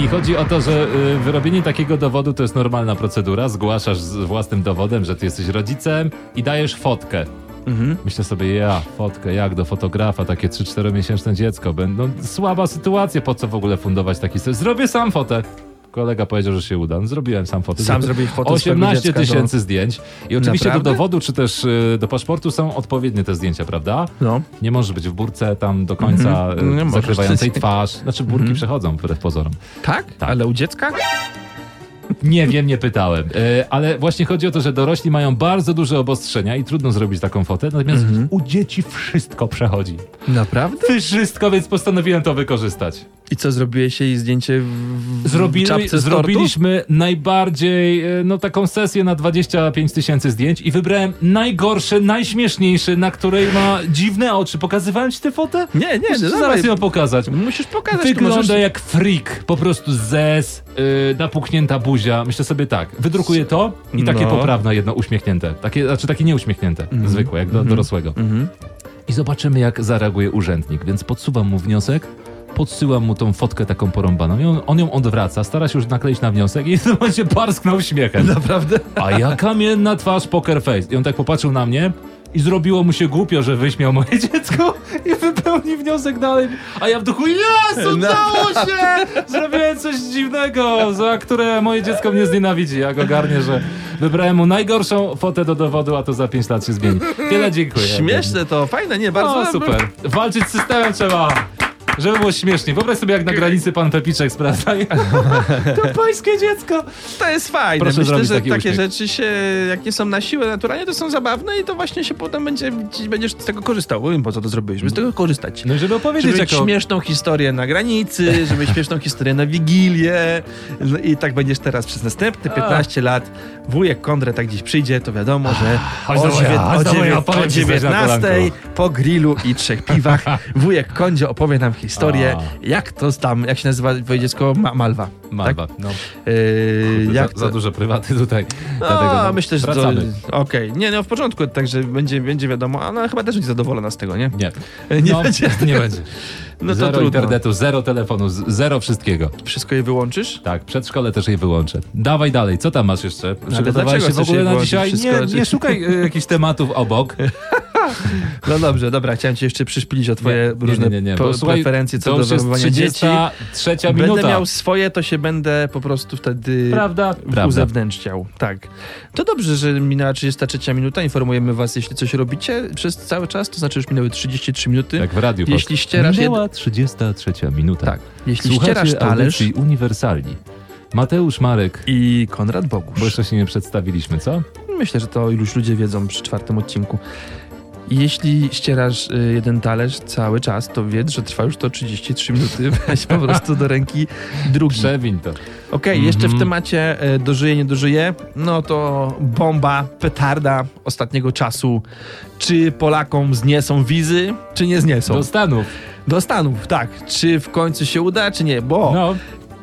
I chodzi o to, że y, wyrobienie takiego dowodu to jest normalna procedura. Zgłaszasz z własnym dowodem, że ty jesteś rodzicem i dajesz fotkę.
Mhm.
Myślę sobie, ja, fotkę, jak do fotografa, takie 3-4 miesięczne dziecko. Będą słaba sytuacja, po co w ogóle fundować taki stres? Zrobię sam fotę. Kolega powiedział, że się uda. No, Zrobiłem sam fotę.
Sam
Zro-
zrobiłeś fotę swojego
18
dziecka,
tysięcy zdjęć. I oczywiście
Naprawdę?
do dowodu, czy też y, do paszportu są odpowiednie te zdjęcia, prawda?
No.
Nie może być w burce tam do końca
Mhm. Nie
y,
możesz. Mhm.
zakrywającej twarz. Znaczy burki przechodzą wbrew pozorom.
Tak?
Tak.
Ale u dziecka?
Nie wiem, nie pytałem. E, ale właśnie chodzi o to, że dorośli mają bardzo duże obostrzenia i trudno zrobić taką fotę, natomiast
Mhm.
u dzieci wszystko przechodzi.
Naprawdę?
Wszystko, więc postanowiłem to wykorzystać.
I co, zrobiłeś jej zdjęcie w, w
Zrobili,
czapce z tortu?
zrobiliśmy najbardziej, e, no taką sesję na 25 tysięcy zdjęć i wybrałem najgorszy, najśmieszniejszy, na której ma dziwne oczy. Pokazywałem ci tę fotę?
Nie, nie,
Muszę
no
ci
dawaj.
zaraz ją pokazać.
Musisz pokazać, to
Wygląda
możesz...
jak freak, po prostu zez, yy, napuchnięta buzia. Myślę sobie tak, wydrukuję to i takie
No.
poprawne jedno uśmiechnięte. Takie, znaczy takie nieuśmiechnięte, zwykłe, jak do dorosłego.
Mhm.
I zobaczymy, jak zareaguje urzędnik, więc podsuwam mu wniosek, podsyłam mu tą fotkę taką porąbaną i on, on ją odwraca, stara się już nakleić na wniosek i w tym momencie parsknął śmiechem.
Naprawdę?
A ja kamienna twarz, poker face. I on tak popatrzył na mnie i zrobiło mu się głupio, że wyśmiał moje dziecko i wypełni wniosek dalej. A ja w duchu, jest, udało się! Zrobiłem coś dziwnego, za które moje dziecko mnie znienawidzi. Ja go garnię, że wybrałem mu najgorszą fotę do dowodu, a to za 5 lat się zmieni. Tyle dziękuję.
Śmieszne to, fajne, nie, bardzo...
Bardzo No, super. Walczyć z systemem trzeba. Żeby było śmiesznie. Wyobraź sobie, jak na granicy pan Pepiczek sprawdza. To pańskie dziecko.
To jest fajne.
Proszę
Myślę,
zrobić
że
taki
takie
uśmiech.
rzeczy się, jak nie są na siłę naturalnie, to są zabawne i to właśnie się potem będzie, będziesz z tego korzystał. Wiem, po co to zrobiliśmy, z tego korzystać.
No i żeby
Żeby
opowiedzieć
mieć
jako...
śmieszną historię na granicy, żeby mieć śmieszną historię na Wigilię No i tak będziesz teraz przez następne 15 lat. Wujek Kondre tak gdzieś przyjdzie, to wiadomo, że
chodź do
o,
wuja,
dziewię-
chodź do
o, dziewię-
wuja,
o
opowiem ci coś na
19
kolanku.
po grillu i trzech piwach wujek Kondzie opowie nam historię, jak to tam, jak się nazywa twoje dziecko? Ma- Malwa.
Malwa, no.
Yy, tak. jak
Jak za, za
to-
duże prywaty tutaj.
No,
Dlatego, no,
myślę, że to...
wracamy.
Okej, nie, no w porządku, także będzie, będzie wiadomo, ale chyba też będzie zadowolona z tego, nie?
Nie.
Nie
no,
będzie.
Nie będzie.
No to
zero
trudno.
internetu, zero telefonu, z- zero wszystkiego.
Wszystko je wyłączysz?
Tak, przedszkole też jej wyłączę. Dawaj dalej, co tam masz jeszcze? Przygotowałeś
No, dlaczego
się w
chcesz
ogóle
jej
na
wyłączyć znaczy-
dzisiaj?
wszystko?
Nie, nie szukaj y, jakichś tematów obok.
No dobrze, dobra, chciałem cię jeszcze przyszpilić o twoje różne po-
Posłuchaj,
preferencje co
to
do
już jest
wychowywania dzieci.
trzecia
Będę
minuta.
miał swoje, to się będę po prostu wtedy
Prawda? Prawda.
uzewnętrzniał. Tak. To dobrze, że minęła 33 minuta. Informujemy was, jeśli coś robicie przez cały czas, to znaczy już minęły 33 minuty.
Tak w radiu.
Jeśli ścierasz jed...
Minęła 33 minuta.
Tak. Jeśli
Słuchacie
ścierasz talerz
audycji Uniwersalni. Mateusz Marek,
i Konrad
bo
Bogusz.
jeszcze się nie przedstawiliśmy, co?
Myślę, że to już ludzie wiedzą przy czwartym odcinku. Jeśli ścierasz y, jeden talerz cały czas, to wiedz, że trwa już to 33 minuty. Weź po prostu do ręki drugi. Okej,
Przewin to.
jeszcze w
Mhm.
temacie y, dożyje, nie dożyje, no to bomba, petarda ostatniego czasu. Czy Polakom zniesą wizy, czy nie zniesą?
Do Stanów.
Do Stanów, tak. Czy w końcu się uda, czy nie? Bo
No,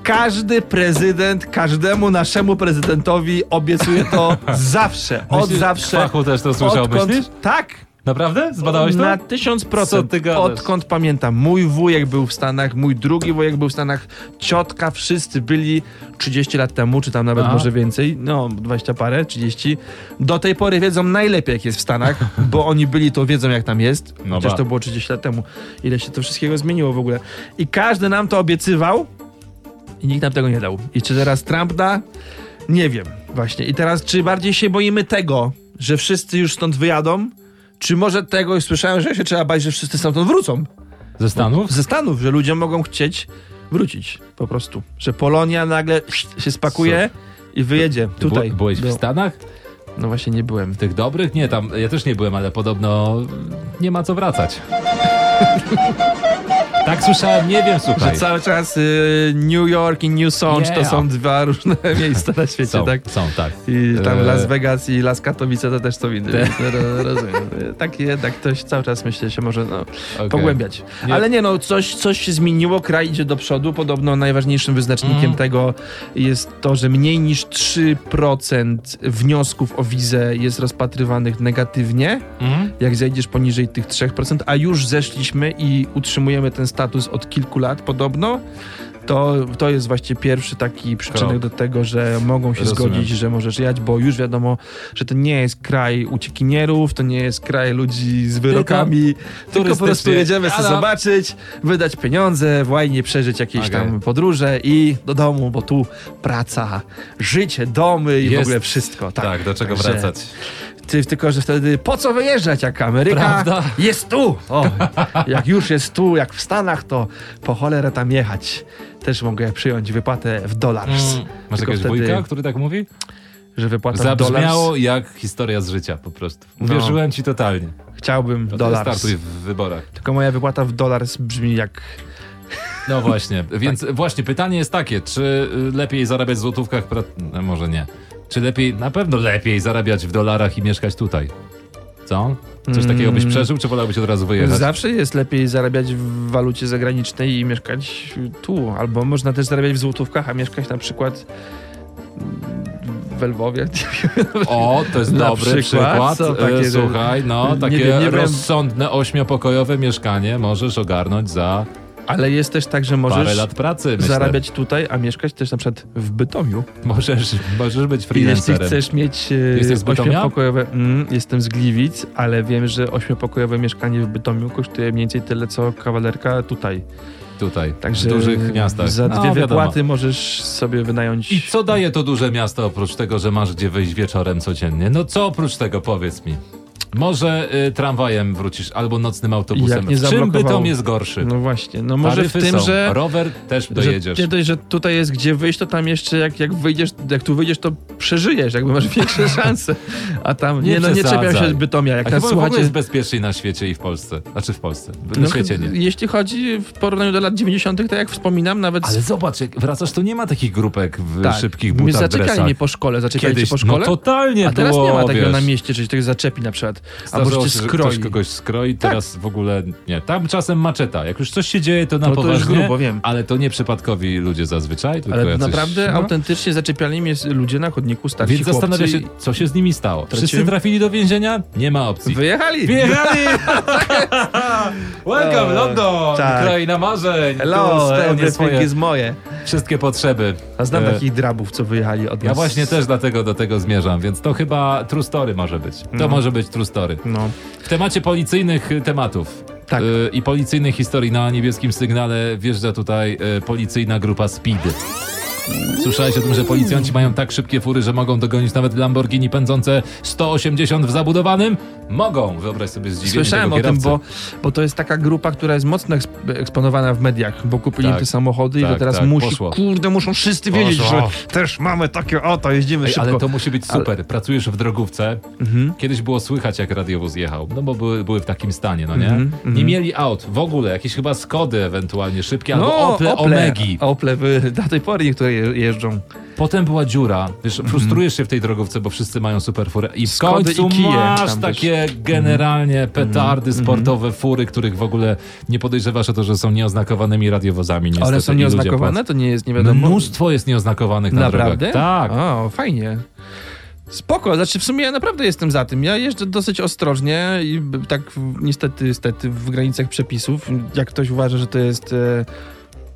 każdy prezydent, każdemu naszemu prezydentowi obiecuje to zawsze, od
Myślisz,
zawsze.
Kwachu też to słyszał, myślisz?
Tak.
Naprawdę? Zbadałeś to?
Na tysiąc
Co
procent.
ty gadasz?
Odkąd pamiętam, mój wujek był w Stanach, mój drugi wujek był w Stanach, ciotka, wszyscy byli 30 lat temu, czy tam nawet
Aha.
może więcej, no 20 parę, 30. Do tej pory wiedzą najlepiej, jak jest w Stanach, bo oni byli, to wiedzą, jak tam jest.
No
Chociaż
ba.
to było 30 lat temu. Ile się to wszystkiego zmieniło w ogóle. I każdy nam to obiecywał i nikt nam tego nie dał. I czy teraz Trump da? Nie wiem właśnie. I teraz czy bardziej się boimy tego, że wszyscy już stąd wyjadą? Czy może tego, i słyszałem, że się trzeba bać, że wszyscy stamtąd wrócą?
Ze Stanów?
Ze Stanów, że ludzie mogą chcieć wrócić po prostu. Że Polonia nagle się spakuje i wyjedzie
Ty
tutaj.
bu- Byłeś
do-
w Stanach?
No właśnie nie byłem.
Tych dobrych? Nie, tam ja też nie byłem, ale podobno nie ma co wracać. tak słyszałem, nie wiem,
Że
słuchaj.
cały czas y, New York i New Sącz to
Yeah.
są dwa różne miejsca na świecie,
są,
tak?
są, tak.
I tam
Eee.
Las Vegas i Las Katowice to też co innego. Ro- Rozumiem. Tak jednak ktoś cały czas myślę się może no,
Okej.
pogłębiać.
Nie.
Ale nie no, coś, coś się zmieniło, kraj idzie do przodu. Podobno najważniejszym wyznacznikiem
Mm.
tego jest to, że mniej niż 3% wniosków o wizę jest rozpatrywanych negatywnie,
Mhm.
jak zejdziesz poniżej tych 3%, a już zeszliśmy i utrzymujemy ten status od kilku lat podobno. To, to jest właśnie pierwszy taki przyczynek
Krok.
do tego, że mogą się
Rozumiem.
zgodzić, że możesz jechać, bo już wiadomo, że to nie jest kraj uciekinierów, to nie jest kraj ludzi z wyrokami, tylko, po prostu
turystycznie.
jedziemy sobie
Ala.
zobaczyć, wydać pieniądze, właśnie przeżyć jakieś
Okej.
tam podróże i do domu, bo tu praca, życie, domy i w
Jest-
ogóle wszystko. Tak,
Tak, do czego
Także-
wracać?
ty, tylko, że wtedy po co wyjeżdżać, jak Ameryka
Prawda?
jest tu? O, jak już jest tu, jak w Stanach, to po cholerę tam jechać. Też mogę przyjąć wypłatę w dolarz.
Mm. Masz
Tylko
jakiegoś
wtedy-
wujka, który tak mówi?
Że wypłata w
Zabrzmiało
dolarz.
jak historia z życia po prostu.
No.
Uwierzyłem ci totalnie.
Chciałbym
No to
dolarz.
Startuj w wyborach.
Tylko moja wypłata w dolarz brzmi jak...
No właśnie,
Tak.
więc właśnie pytanie jest takie, czy y, lepiej zarabiać w złotówkach, pra... no, może nie. Czy lepiej, na pewno lepiej zarabiać w dolarach i mieszkać tutaj? Co? Coś takiego
Mm.
byś przeżył, czy wolałbyś od razu wyjechać?
Zawsze jest lepiej zarabiać w walucie zagranicznej i mieszkać tu. Albo można też zarabiać w złotówkach, a mieszkać na przykład w Lwowie.
O, to jest
Na
dobry
przykład,
przykład.
co,
E,
takie, że-
Słuchaj, no
nie
takie
wiem, nie wiem.
rozsądne ośmiopokojowe mieszkanie możesz ogarnąć za
Ale jest też tak, że
parę
możesz
lat pracy, myślę.
zarabiać tutaj, a mieszkać też na przykład w Bytomiu.
Możesz, możesz być
I jeśli
freelancerem.
chcesz mieć e,
Jesteś z Bytomia?
ośmiopokojowe... Mm, jestem z Gliwic, ale wiem, że ośmiopokojowe mieszkanie w Bytomiu kosztuje mniej więcej tyle, co kawalerka tutaj.
Tutaj,
Także
w dużych miastach.
Za dwie
No, wiadomo.
wypłaty możesz sobie wynająć...
I co daje to duże miasto oprócz tego, że masz gdzie wyjść wieczorem codziennie? No co oprócz tego, powiedz mi. Może y, tramwajem wrócisz albo nocnym autobusem.
Jak nie
w czym
zablokowało?
Bytom jest gorszy?
No właśnie, no może
Taryfy
w tym,
są.
że...
Rower też dojedziesz.
Że, nie dość, że tutaj jest gdzie wyjść, to tam jeszcze jak, jak wyjdziesz, jak tu wyjdziesz, to przeżyjesz, jakby masz większe szanse. A tam nie,
Nie
no, nie
przesadzaj.
czepiam się Bytomia.
A
Jak
chyba
nas
w ogóle
słuchacie.
jest bezpieczniej na świecie i w Polsce. Znaczy w Polsce. Na
no,
świecie nie.
Jeśli chodzi w porównaniu do lat 90., tak jak wspominam, nawet
Ale zobacz, jak wracasz, to nie ma takich grupek w
tak,
szybkich
mnie
butach,
zaczekali
dresach.
mnie po szkole, zaczekali cię
Kiedyś,
po szkole.
no totalnie
a teraz
było,
nie ma takiego
wiesz.
na mieście, że się ktoś zaczepi na przykład.
Zdarzało
albo że
się,
cię
że
skroi. Tak.
Ktoś kogoś skroi, teraz w ogóle nie. Tam czasem maczeta. Jak już coś się dzieje, to na
No to już
poważnie.
grubo, wiem.
Ale to nie przypadkowi ludzie zazwyczaj, tylko
Ale
jacyś,
naprawdę
no.
autentycznie zaczepiali mnie ludzie na chodniku, starsi
Więc zastanawia się,
chłopcy.
co się z nimi stało. Wszyscy
Tracimy-
trafili do więzienia? Nie ma opcji.
Wyjechali!
Wyjechali! Welcome,
Eee,
London!
tak.
Kraina marzeń!
Hello,
Tu spełnię
everything
swoje
is moje.
wszystkie potrzeby.
A znam
E,
takich drabów, co wyjechali od nas.
Ja właśnie też dlatego do tego zmierzam, więc to chyba true story może być. To
No.
może być true story.
No.
W temacie policyjnych y, tematów.
Tak.
y, I policyjnych historii na niebieskim sygnale wjeżdża tutaj y, policyjna grupa Speed. Słyszałeś o tym, że policjanci mają tak szybkie fury, że mogą dogonić nawet Lamborghini pędzące 180 w zabudowanym? Mogą, wyobraź sobie zdziwienie
Słyszałem
tego
o tym,
kierowcy.
bo, bo to jest taka grupa, która jest mocno eksp- eksponowana w mediach, bo kupili
Tak.
te samochody i
Tak,
to teraz
tak,
musi,
poszło.
kurde, muszą wszyscy wiedzieć,
Poszło.
że też mamy takie oto, jeździmy
Ej,
szybko.
ale to musi być super. Pracujesz w drogówce.
Mhm.
Kiedyś było słychać, jak radiowóz jechał, no bo były, były w takim stanie, no nie?
Mhm,
Nie mieli aut w ogóle, jakieś chyba Skody ewentualnie szybkie, albo
No,
Ople, Omegi.
Ople wy, do tej pory niektóre je- jeżdżą.
Potem była dziura. Wiesz, frustrujesz się w tej drogówce, bo wszyscy mają super furę. I w
Skody
końcu
Mhm. i kije
masz
tam też. Mhm.
takie generalnie petardy sportowe, fury, których w ogóle nie podejrzewasz o to, że są nieoznakowanymi radiowozami. Niestety,
Ale są
i ludzie
nieoznakowane? To nie jest nie
płacą.
wiadomo.
Mnóstwo jest nieoznakowanych na
Naprawdę?
drogach. Tak.
O, fajnie. Spoko, znaczy w sumie ja naprawdę jestem za tym. Ja jeżdżę dosyć ostrożnie i b- tak w- niestety, niestety w granicach przepisów. Jak ktoś uważa, że to jest e,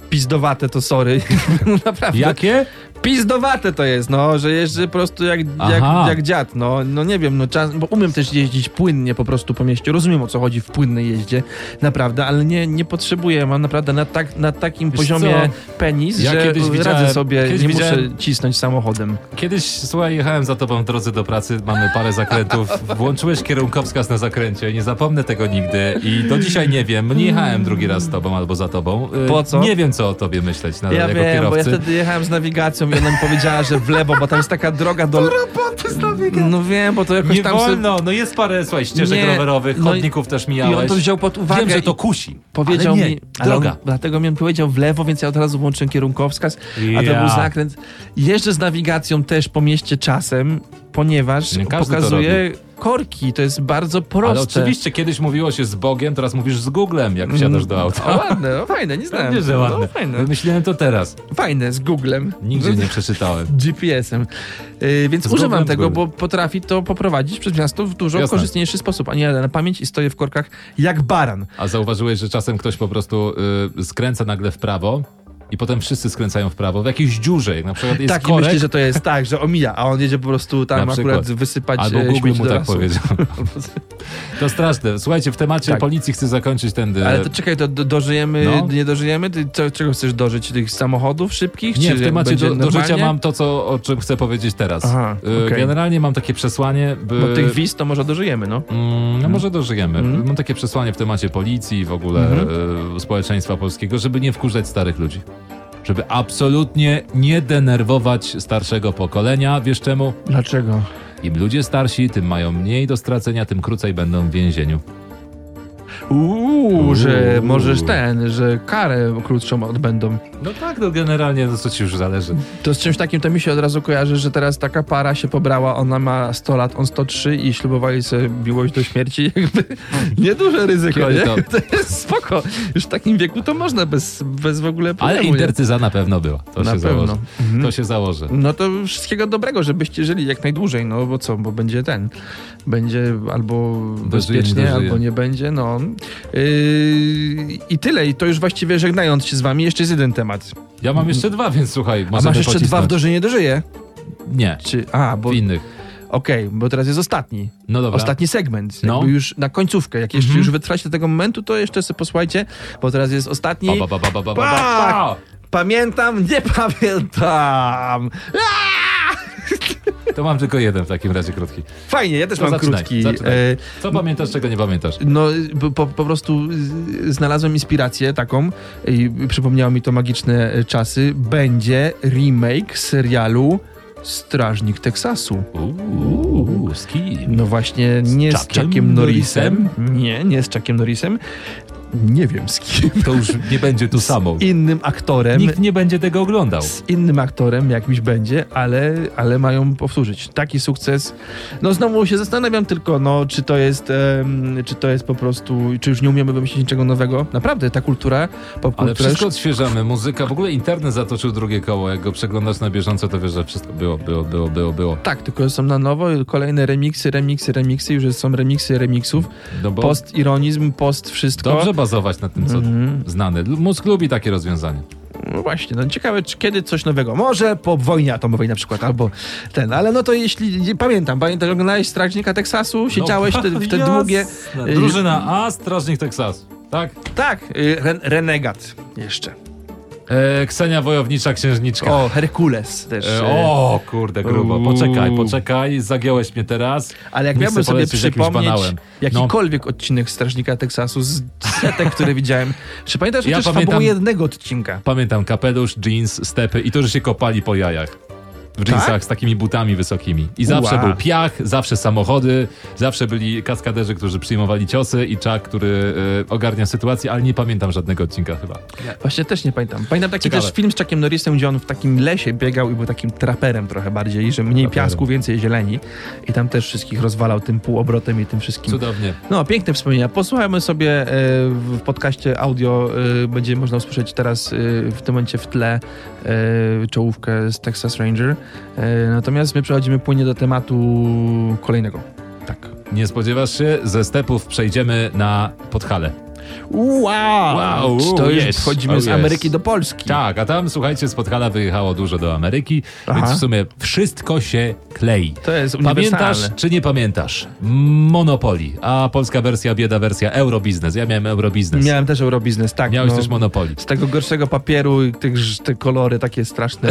pizdowate, to sorry. No, naprawdę.
Jakie?
tak. Pizdowate to jest, no, że jeżdżę po prostu jak, jak,
Aha.
jak dziad, no, no nie wiem, no czas, bo umiem też jeździć płynnie po prostu po mieście, rozumiem o co chodzi w płynnej jeździe, naprawdę, ale nie, nie potrzebuję, mam naprawdę na, tak, na takim
Wiesz
poziomie penis,
Ja
że
kiedyś widziałem-
radzę sobie,
kiedyś
nie
widziałem-
muszę cisnąć samochodem.
Kiedyś, słuchaj, jechałem za tobą w drodze do pracy, mamy parę zakrętów, włączyłeś kierunkowskaz na zakręcie, nie zapomnę tego nigdy i do dzisiaj nie wiem, nie jechałem drugi raz z tobą albo za tobą. Y,
Po co?
Nie wiem, co o tobie myśleć nadal
ja
jako
wiem, bo ja
kierowcy.
wtedy jechałem z nawigacją i ona mi powiedziała, że w lewo, bo tam jest taka droga do...
roboty z nawigacją.
No wiem, bo to jakoś
Nie
tam... se-
wolno, no jest parę, słuchaj, ścieżek
Nie,
rowerowych,
no i-
chodników też
I
mijałeś.
on to wziął pod uwagę.
Wiem, że
i-
to kusi.
Powiedział
ale nie,
mi, ale on,
droga.
dlatego mi on powiedział w lewo, więc ja od razu włączyłem kierunkowskaz, a to
Ja.
był zakręt. Jeżdżę z nawigacją też po mieście czasem, ponieważ
Nie każdy to
pokazuje korki. To jest bardzo proste.
Ale oczywiście kiedyś mówiło się z Bogiem, teraz mówisz z Googlem, jak wsiadasz do
Mm. O,
auta.
ładne, o, fajne, nie znałem.
Nie, że
No,
ładne.
fajne. No
Wymyśliłem to teraz.
fajne, z Googlem.
Nigdzie nie przeczytałem.
GPS-em. Yy, więc
Z
używam
Googlem
tego,
Google.
bo potrafi to poprowadzić przez miasto w dużo
Jasne.
korzystniejszy sposób, a nie jadę na pamięć i stoję w korkach jak baran.
A zauważyłeś, że czasem ktoś po prostu y, skręca nagle w prawo i potem wszyscy skręcają w prawo, w jakiejś dziurze, jak na przykład jest
tak, i
korek,
myśli, że to jest tak, że omija, a on jedzie po prostu tam
Na
akurat
przykład.
wysypać
albo
e,
Google
śmieci
mu
do
tak
lasu.
powiedział. To straszne. Słuchajcie, w temacie
Tak.
policji chcę zakończyć ten... y,
Ale to czekaj, to do, dożyjemy,
No.
nie dożyjemy? Ty, co, czego chcesz dożyć? Tych samochodów szybkich?
Nie,
czy
w temacie
będzie
do, do
normalnie?
życia mam to, co, o czym chcę powiedzieć teraz.
Aha,
Y,
okej.
Generalnie mam takie przesłanie, by...
Bo tych wiz to może dożyjemy, no.
Mm, no może dożyjemy.
Mhm.
Mam takie przesłanie w temacie policji i w ogóle y, społeczeństwa polskiego, żeby nie wkurzać starych ludzi. Żeby absolutnie nie denerwować starszego pokolenia. Wiesz czemu?
Dlaczego?
Im ludzie starsi, tym mają mniej do stracenia, tym krócej będą w więzieniu.
Uuu, że
Uuu.
możesz ten, że karę krótszą odbędą.
No tak, no generalnie, no co ci już zależy.
To z czymś takim to mi się od razu kojarzy, że teraz taka para się pobrała, ona ma 100 lat, on 103 i ślubowali sobie miłość do śmierci. Jakby nieduże ryzyko,
Kiedy
nie?
to?
To? jest spoko. Już w takim wieku to można bez, bez w ogóle problemu.
Ale
nie?
intercyza na pewno była. To
Na
się
pewno.
założy.
Mhm.
To się założy.
No to wszystkiego dobrego, żebyście żyli jak najdłużej, no bo co, bo będzie ten, będzie albo bezpiecznie,
dożyje.
albo nie będzie, no. Yy, I tyle, i to już właściwie żegnając się z wami, jeszcze jest jeden temat.
Ja mam jeszcze dwa, więc słuchaj,
A
możemy
masz jeszcze dwa w
pocisnąć.
dożynie dożyje?
Nie,
Czy, a, bo
w
okej,
innych.
bo teraz jest ostatni,
No dobra.
ostatni segment,
No. Mhm.
jakby już na końcówkę, jak jeszcze już wytrwacie do tego momentu, to jeszcze sobie posłuchajcie, bo teraz jest ostatni.
Ba, ba, ba, ba, ba, ba, ba,
Pa!
ba.
Pamiętam, nie pamiętam! Aaa!
To mam tylko jeden w takim razie krótki.
Fajnie, ja też
To
mam
No, zaczynaj,
krótki.
zaczynaj.
e,
Co pamiętasz, czego nie pamiętasz?
No, b- po, po prostu z- znalazłem inspirację taką i przypomniało mi to magiczne e, czasy. Będzie remake serialu Strażnik Teksasu.
Uuu, z kim?
No właśnie, nie z
Chuckiem
Chuckiem Norrisem. Nie, nie z Chuckiem Norrisem. Nie wiem z kim.
To już nie będzie to samo.
Innym aktorem.
Nikt nie będzie tego oglądał.
z innym aktorem jakimś będzie, ale, ale mają powtórzyć. Taki sukces. No znowu się zastanawiam tylko, no, czy to jest em, czy to jest po prostu, czy już nie umiemy wymyślić niczego nowego. Naprawdę, ta kultura,
Ale
popkultura
wszystko odświeżamy, muzyka, w ogóle internet zatoczył drugie koło. Jak go przeglądasz na bieżąco, to wiesz, że wszystko było, było, było, było, było.
tak, tylko są na nowo kolejne remiksy, remiksy, remiksy, już są remiksy remiksów.
No bo
Post ironizm, post wszystko.
dobrze bazować na tym, co
Mhm.
znane. L- Mózg lubi takie rozwiązanie.
No właśnie, no ciekawe, czy kiedy coś nowego. Może po wojnie atomowej na przykład, albo ten, ale no to jeśli, pamiętam, pamiętasz, oglądałeś Strażnika Teksasu, siedziałeś te, w te
No tak, jasne.
długie... y,
Drużyna A, strażnik Teksasu. Tak?
Tak, y, Ren- Renegat jeszcze.
E, Ksenia Wojownicza, księżniczka.
O, Herkules też.
Tak. E,
y,
O, kurde, grubo.
Uuu.
Poczekaj, poczekaj, zagiąłeś mnie teraz.
Ale jak
Nie
miałbym
chcę
sobie
polecieć jakimś
przypomnieć
banałem. No.
jakikolwiek odcinek Strażnika Teksasu z setek, które widziałem. Czy pamiętasz
Ja
chociaż
pamiętam-
fabułę jednego odcinka?
Pamiętam, kapelusz, jeans, stepy i to, że się kopali po jajach. W jeansach z takimi butami wysokimi. I zawsze
Tak? Ua.
był piach, zawsze samochody, zawsze byli kaskaderzy, którzy przyjmowali ciosy i czak, który e, ogarnia sytuację, ale nie pamiętam żadnego odcinka chyba.
Właśnie też nie pamiętam. Pamiętam taki
Ciekawe.
też film z Chuckiem Norrisem, gdzie on w takim lesie biegał i był takim traperem trochę bardziej, że mniej
Traperem.
piasku, więcej zieleni. I tam też wszystkich rozwalał tym półobrotem i tym wszystkim.
Cudownie.
No, piękne wspomnienia. Posłuchajmy sobie e, w w podcaście audio. e, Będzie można usłyszeć teraz e, w tym momencie w tle e, czołówkę z Texas Ranger. E, Natomiast my przechodzimy płynnie do tematu kolejnego. Tak.
Nie spodziewasz się? Ze stepów przejdziemy na Podhale.
Wow!
Wow,
to już
yes,
wchodzimy
oh
z
yes.
Ameryki do Polski.
Tak, a tam, słuchajcie, z Podhala wyjechało dużo do Ameryki,
Aha.
więc w sumie wszystko się klei.
To jest
Pamiętasz
uniwersalne.
czy nie pamiętasz? Monopoli, a polska wersja, bieda wersja, eurobiznes. Ja miałem eurobiznes.
Miałem też Eurobiznes, tak.
Miałeś
no.
też Monopoli.
z tego gorszego papieru i tych, ż- te kolory takie straszne.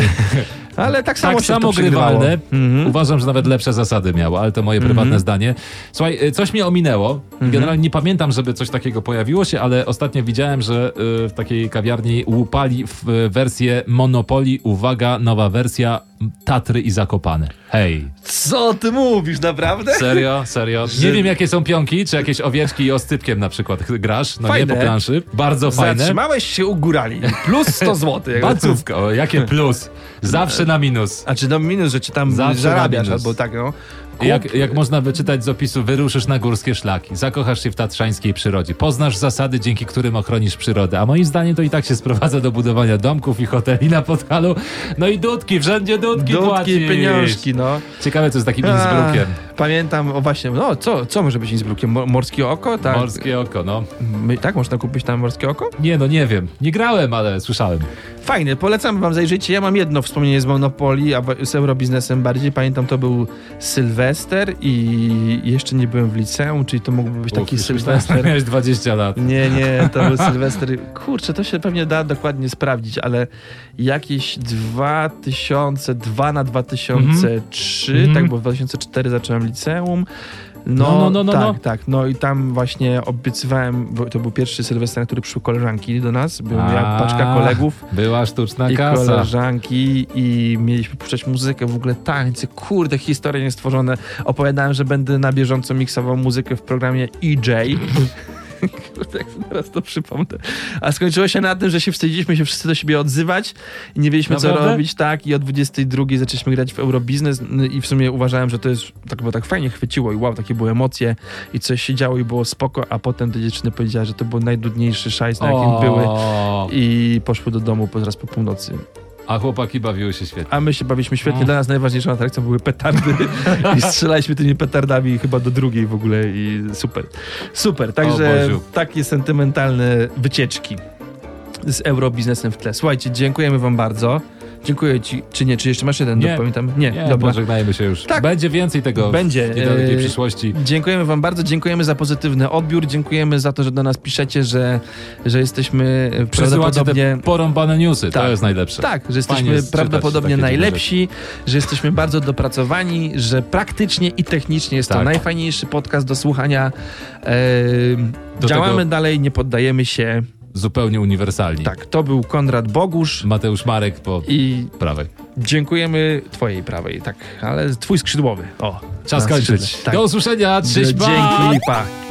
Ale tak samo
Tak
się
samo
to przegrywało.
grywalne.
Mhm.
Uważam, że nawet lepsze zasady miało, ale to moje prywatne zdanie. Słuchaj, y, coś mnie ominęło. Generalnie nie pamiętam, żeby coś takiego pojawiło się, ale ostatnio widziałem, że y, w takiej kawiarni łupali w y, wersję Monopoli. Uwaga, nowa wersja Tatry i Zakopane. Hej,
Co ty mówisz, naprawdę?
serio, serio. Nie wiem, jakie są pionki, czy jakieś owieczki i oscypkiem na przykład grasz. No
Fajne.
nie po planszy. Bardzo fajne.
Zatrzymałeś się u górali. Plus 100 zł.
Bacówka, o, jakie plus. Zawsze na minus.
A czy no minus, że czy tam
Zawsze
zarabiasz
na minus.
albo tak, no. Kup,
Jak, jak można wyczytać z opisu, wyruszysz na górskie szlaki, zakochasz się w tatrzańskiej przyrodzie, poznasz zasady, dzięki którym ochronisz przyrodę, a moim zdaniem to i tak się sprowadza do budowania domków i hoteli na Podhalu, no i dudki, wszędzie dudki,
dudki,
płacisz.
pieniążki, no.
Ciekawe, co z takim
A,
Innsbruckiem.
Pamiętam, o właśnie, no co, co może być Innsbruckiem? Mo- Morskie oko? Tak.
Morskie oko, no.
My, tak, można kupić tam morskie oko?
Nie, no nie wiem. Nie grałem, ale słyszałem.
Fajny, polecam wam zajrzyjcie. Ja mam jedno wspomnienie z Monopoli, a wa- z Eurobiznesem bardziej. Pamiętam, to był Sylwester i jeszcze nie byłem w liceum, czyli to mógłby być taki
Uf,
Sylwester.
Miałeś 20 lat.
Nie, nie, to był Sylwester. Kurczę, to się pewnie da dokładnie sprawdzić, ale jakieś 2002 na 2003,
Mhm.
tak, bo w 2004 zacząłem liceum. No,
No, no, no, no,
tak,
no.
tak. No i tam właśnie obiecywałem, bo to był pierwszy Sylwester, na który przyszły koleżanki do nas. Byłem jak
A,
paczka kolegów
Była sztuczna
i
kasa.
koleżanki i mieliśmy puszczać muzykę, w ogóle tańce, kurde, historie niestworzone. Opowiadałem, że będę na bieżąco miksował muzykę w programie EJ. Kurde, jak sobie teraz to przypomnę. A skończyło się na tym, że się wstydziliśmy się wszyscy do siebie odzywać i nie wiedzieliśmy, co
Naprawdę?
robić, tak, i o 22 zaczęliśmy grać w Eurobiznes n- i w sumie uważałem, że to jest, tak, bo tak fajnie chwyciło i wow, takie były emocje i coś się działo i było spoko, a potem te dziewczyny powiedziały, że to był najdudniejszy szajs, na jakim były
O,
i poszły do domu po- zaraz po północy.
A chłopaki bawiły się świetnie.
A my się bawiliśmy świetnie.
No.
Dla nas najważniejszą atrakcją były petardy i strzelaliśmy tymi petardami chyba do drugiej w ogóle i super. Super, także
Boziu.
takie sentymentalne wycieczki z eurobiznesem w tle. Słuchajcie, dziękujemy wam bardzo. Dziękuję ci. Czy nie? Czy jeszcze masz jeden?
Nie.
Pamiętam? Nie,
Nie,
dobra.
pożegnajmy się już.
Tak.
Będzie więcej tego
Będzie,
w niedalekiej
yy,
przyszłości.
Dziękujemy Wam bardzo, dziękujemy za pozytywny odbiór, dziękujemy za to, że do nas piszecie, że, że jesteśmy e,
Przesyłacie
prawdopodobnie.
te porąbane newsy,
Tak.
to jest najlepsze.
Tak, że
Fajnie
jesteśmy
jest czytać
prawdopodobnie
takie
najlepsi, że jesteśmy bardzo dopracowani, że praktycznie i technicznie jest to
Tak.
najfajniejszy podcast do słuchania. Ehm,
Do
działamy
tego-
dalej, nie poddajemy się.
Zupełnie uniwersalni.
Tak, to był Konrad Bogusz
Mateusz Marek po
i
prawej.
dziękujemy twojej prawej, tak, ale twój skrzydłowy. O,
Czas
na
kończyć.
skrzydle. Tak.
Do usłyszenia, cześć, pa!
Dzięki, pa.